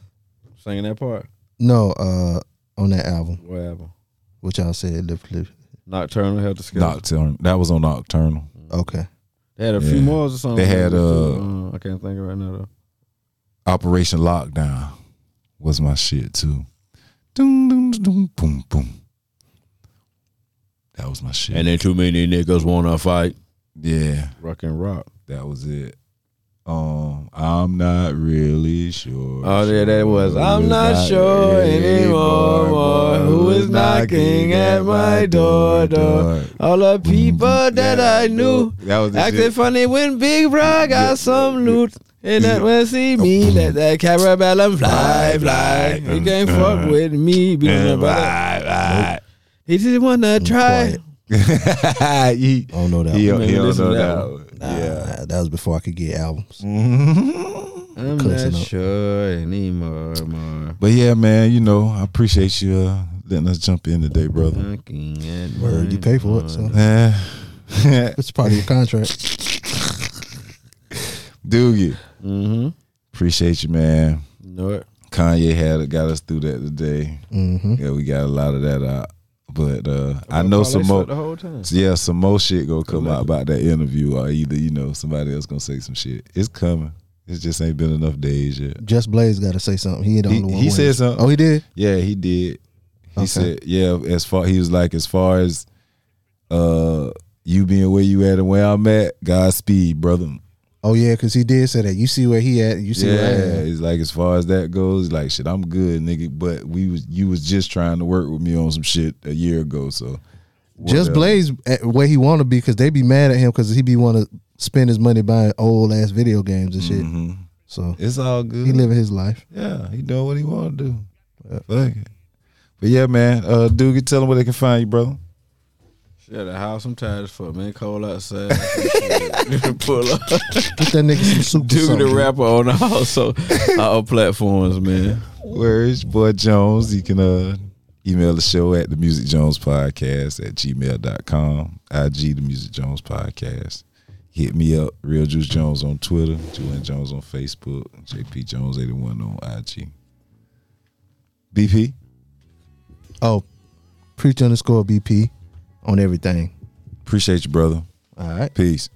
Singing that part?
No, uh, on that album,
What happened?
which y'all said Lip Lip.
Nocturnal Helter Skelter.
Nocturnal. That was on Nocturnal.
Okay,
They had a
Yeah.
few more or something.
They had,
uh, I can't think of it right now though.
Operation Lockdown was my shit too. Doom, doom, doom, boom, boom. That was my shit.
then too many niggas wanna fight.
yeah,
Rock and rock.
that was it. Um, I'm not really sure.
Oh yeah, that was.
Who
I'm
is
not sure
really
anymore. boy, Who is knocking at my door? door. All the
Mm-hmm.
people that I knew
Mm-hmm. That was the
acted
shit.
funny when Big Bro got some loot. And that when see me,
Oh.
Boom.
let that carabellum fly, fly. He can't
Uh-huh.
fuck with me because
Yeah,
of that.
right,
he just wanna try.
quiet.
right. he,
I don't know that.
he,
one.
he don't
listen
know
to that
that. one.
Nah,
Yeah. Mm-hmm.
that was before I could get albums.
Mhm.
I'm
Cussing
not
up.
sure anymore. more
But yeah, man, you know, I appreciate you uh, letting us jump in today, brother.
Looking at
Word, you
my
pay for it, so
Eh.
it's part of your contract.
Do you? Mm-hmm. Appreciate you, man.
North.
Kanye had got us through that today.
Mm-hmm.
Yeah, we got a lot of that out. But uh, I know some more.
the whole time.
Yeah, some more shit gonna come out about that interview, or either you know somebody else gonna say some shit. It's coming. It just ain't been enough days yet.
Just Blaze got to say something. He ain't the
He-
only one.
he
winning.
said something.
Oh, he did.
Yeah, he did. He
Okay.
said, yeah. As far he was like, as far as uh you being where you at and where I'm at, Godspeed, brother.
Oh yeah, because he did say that. You see where he at? You see where I
yeah,
am.
he's like as far as that goes, like shit, I'm good, nigga. But we was you was just trying to work with me on some shit a year ago, so
Just
whatever.
Blaze at where he want to be because they be mad at him because he be want to spend his money buying old ass video games and shit. So
It's all good.
he living his life.
Yeah, he doing what he want to do. Fuck it. But yeah, man, uh, Doogie, tell them where they can find you, brother.
Yeah, the house. I'm tired as fuck, man. Cold outside. Shit. Pull up.
Get that nigga some soup. or
Do the
something.
rapper on also our platforms, man.
Where is your boy Jones? You can uh, email the show at the Music Jones Podcast at gmail.com, IG the Music Jones Podcast. Hit me up, Real Juice Jones on Twitter, Julian Jones on Facebook, JP Jones81 on IG. BP,
Oh, preach underscore BP on everything.
appreciate you, brother.
All right.
Peace.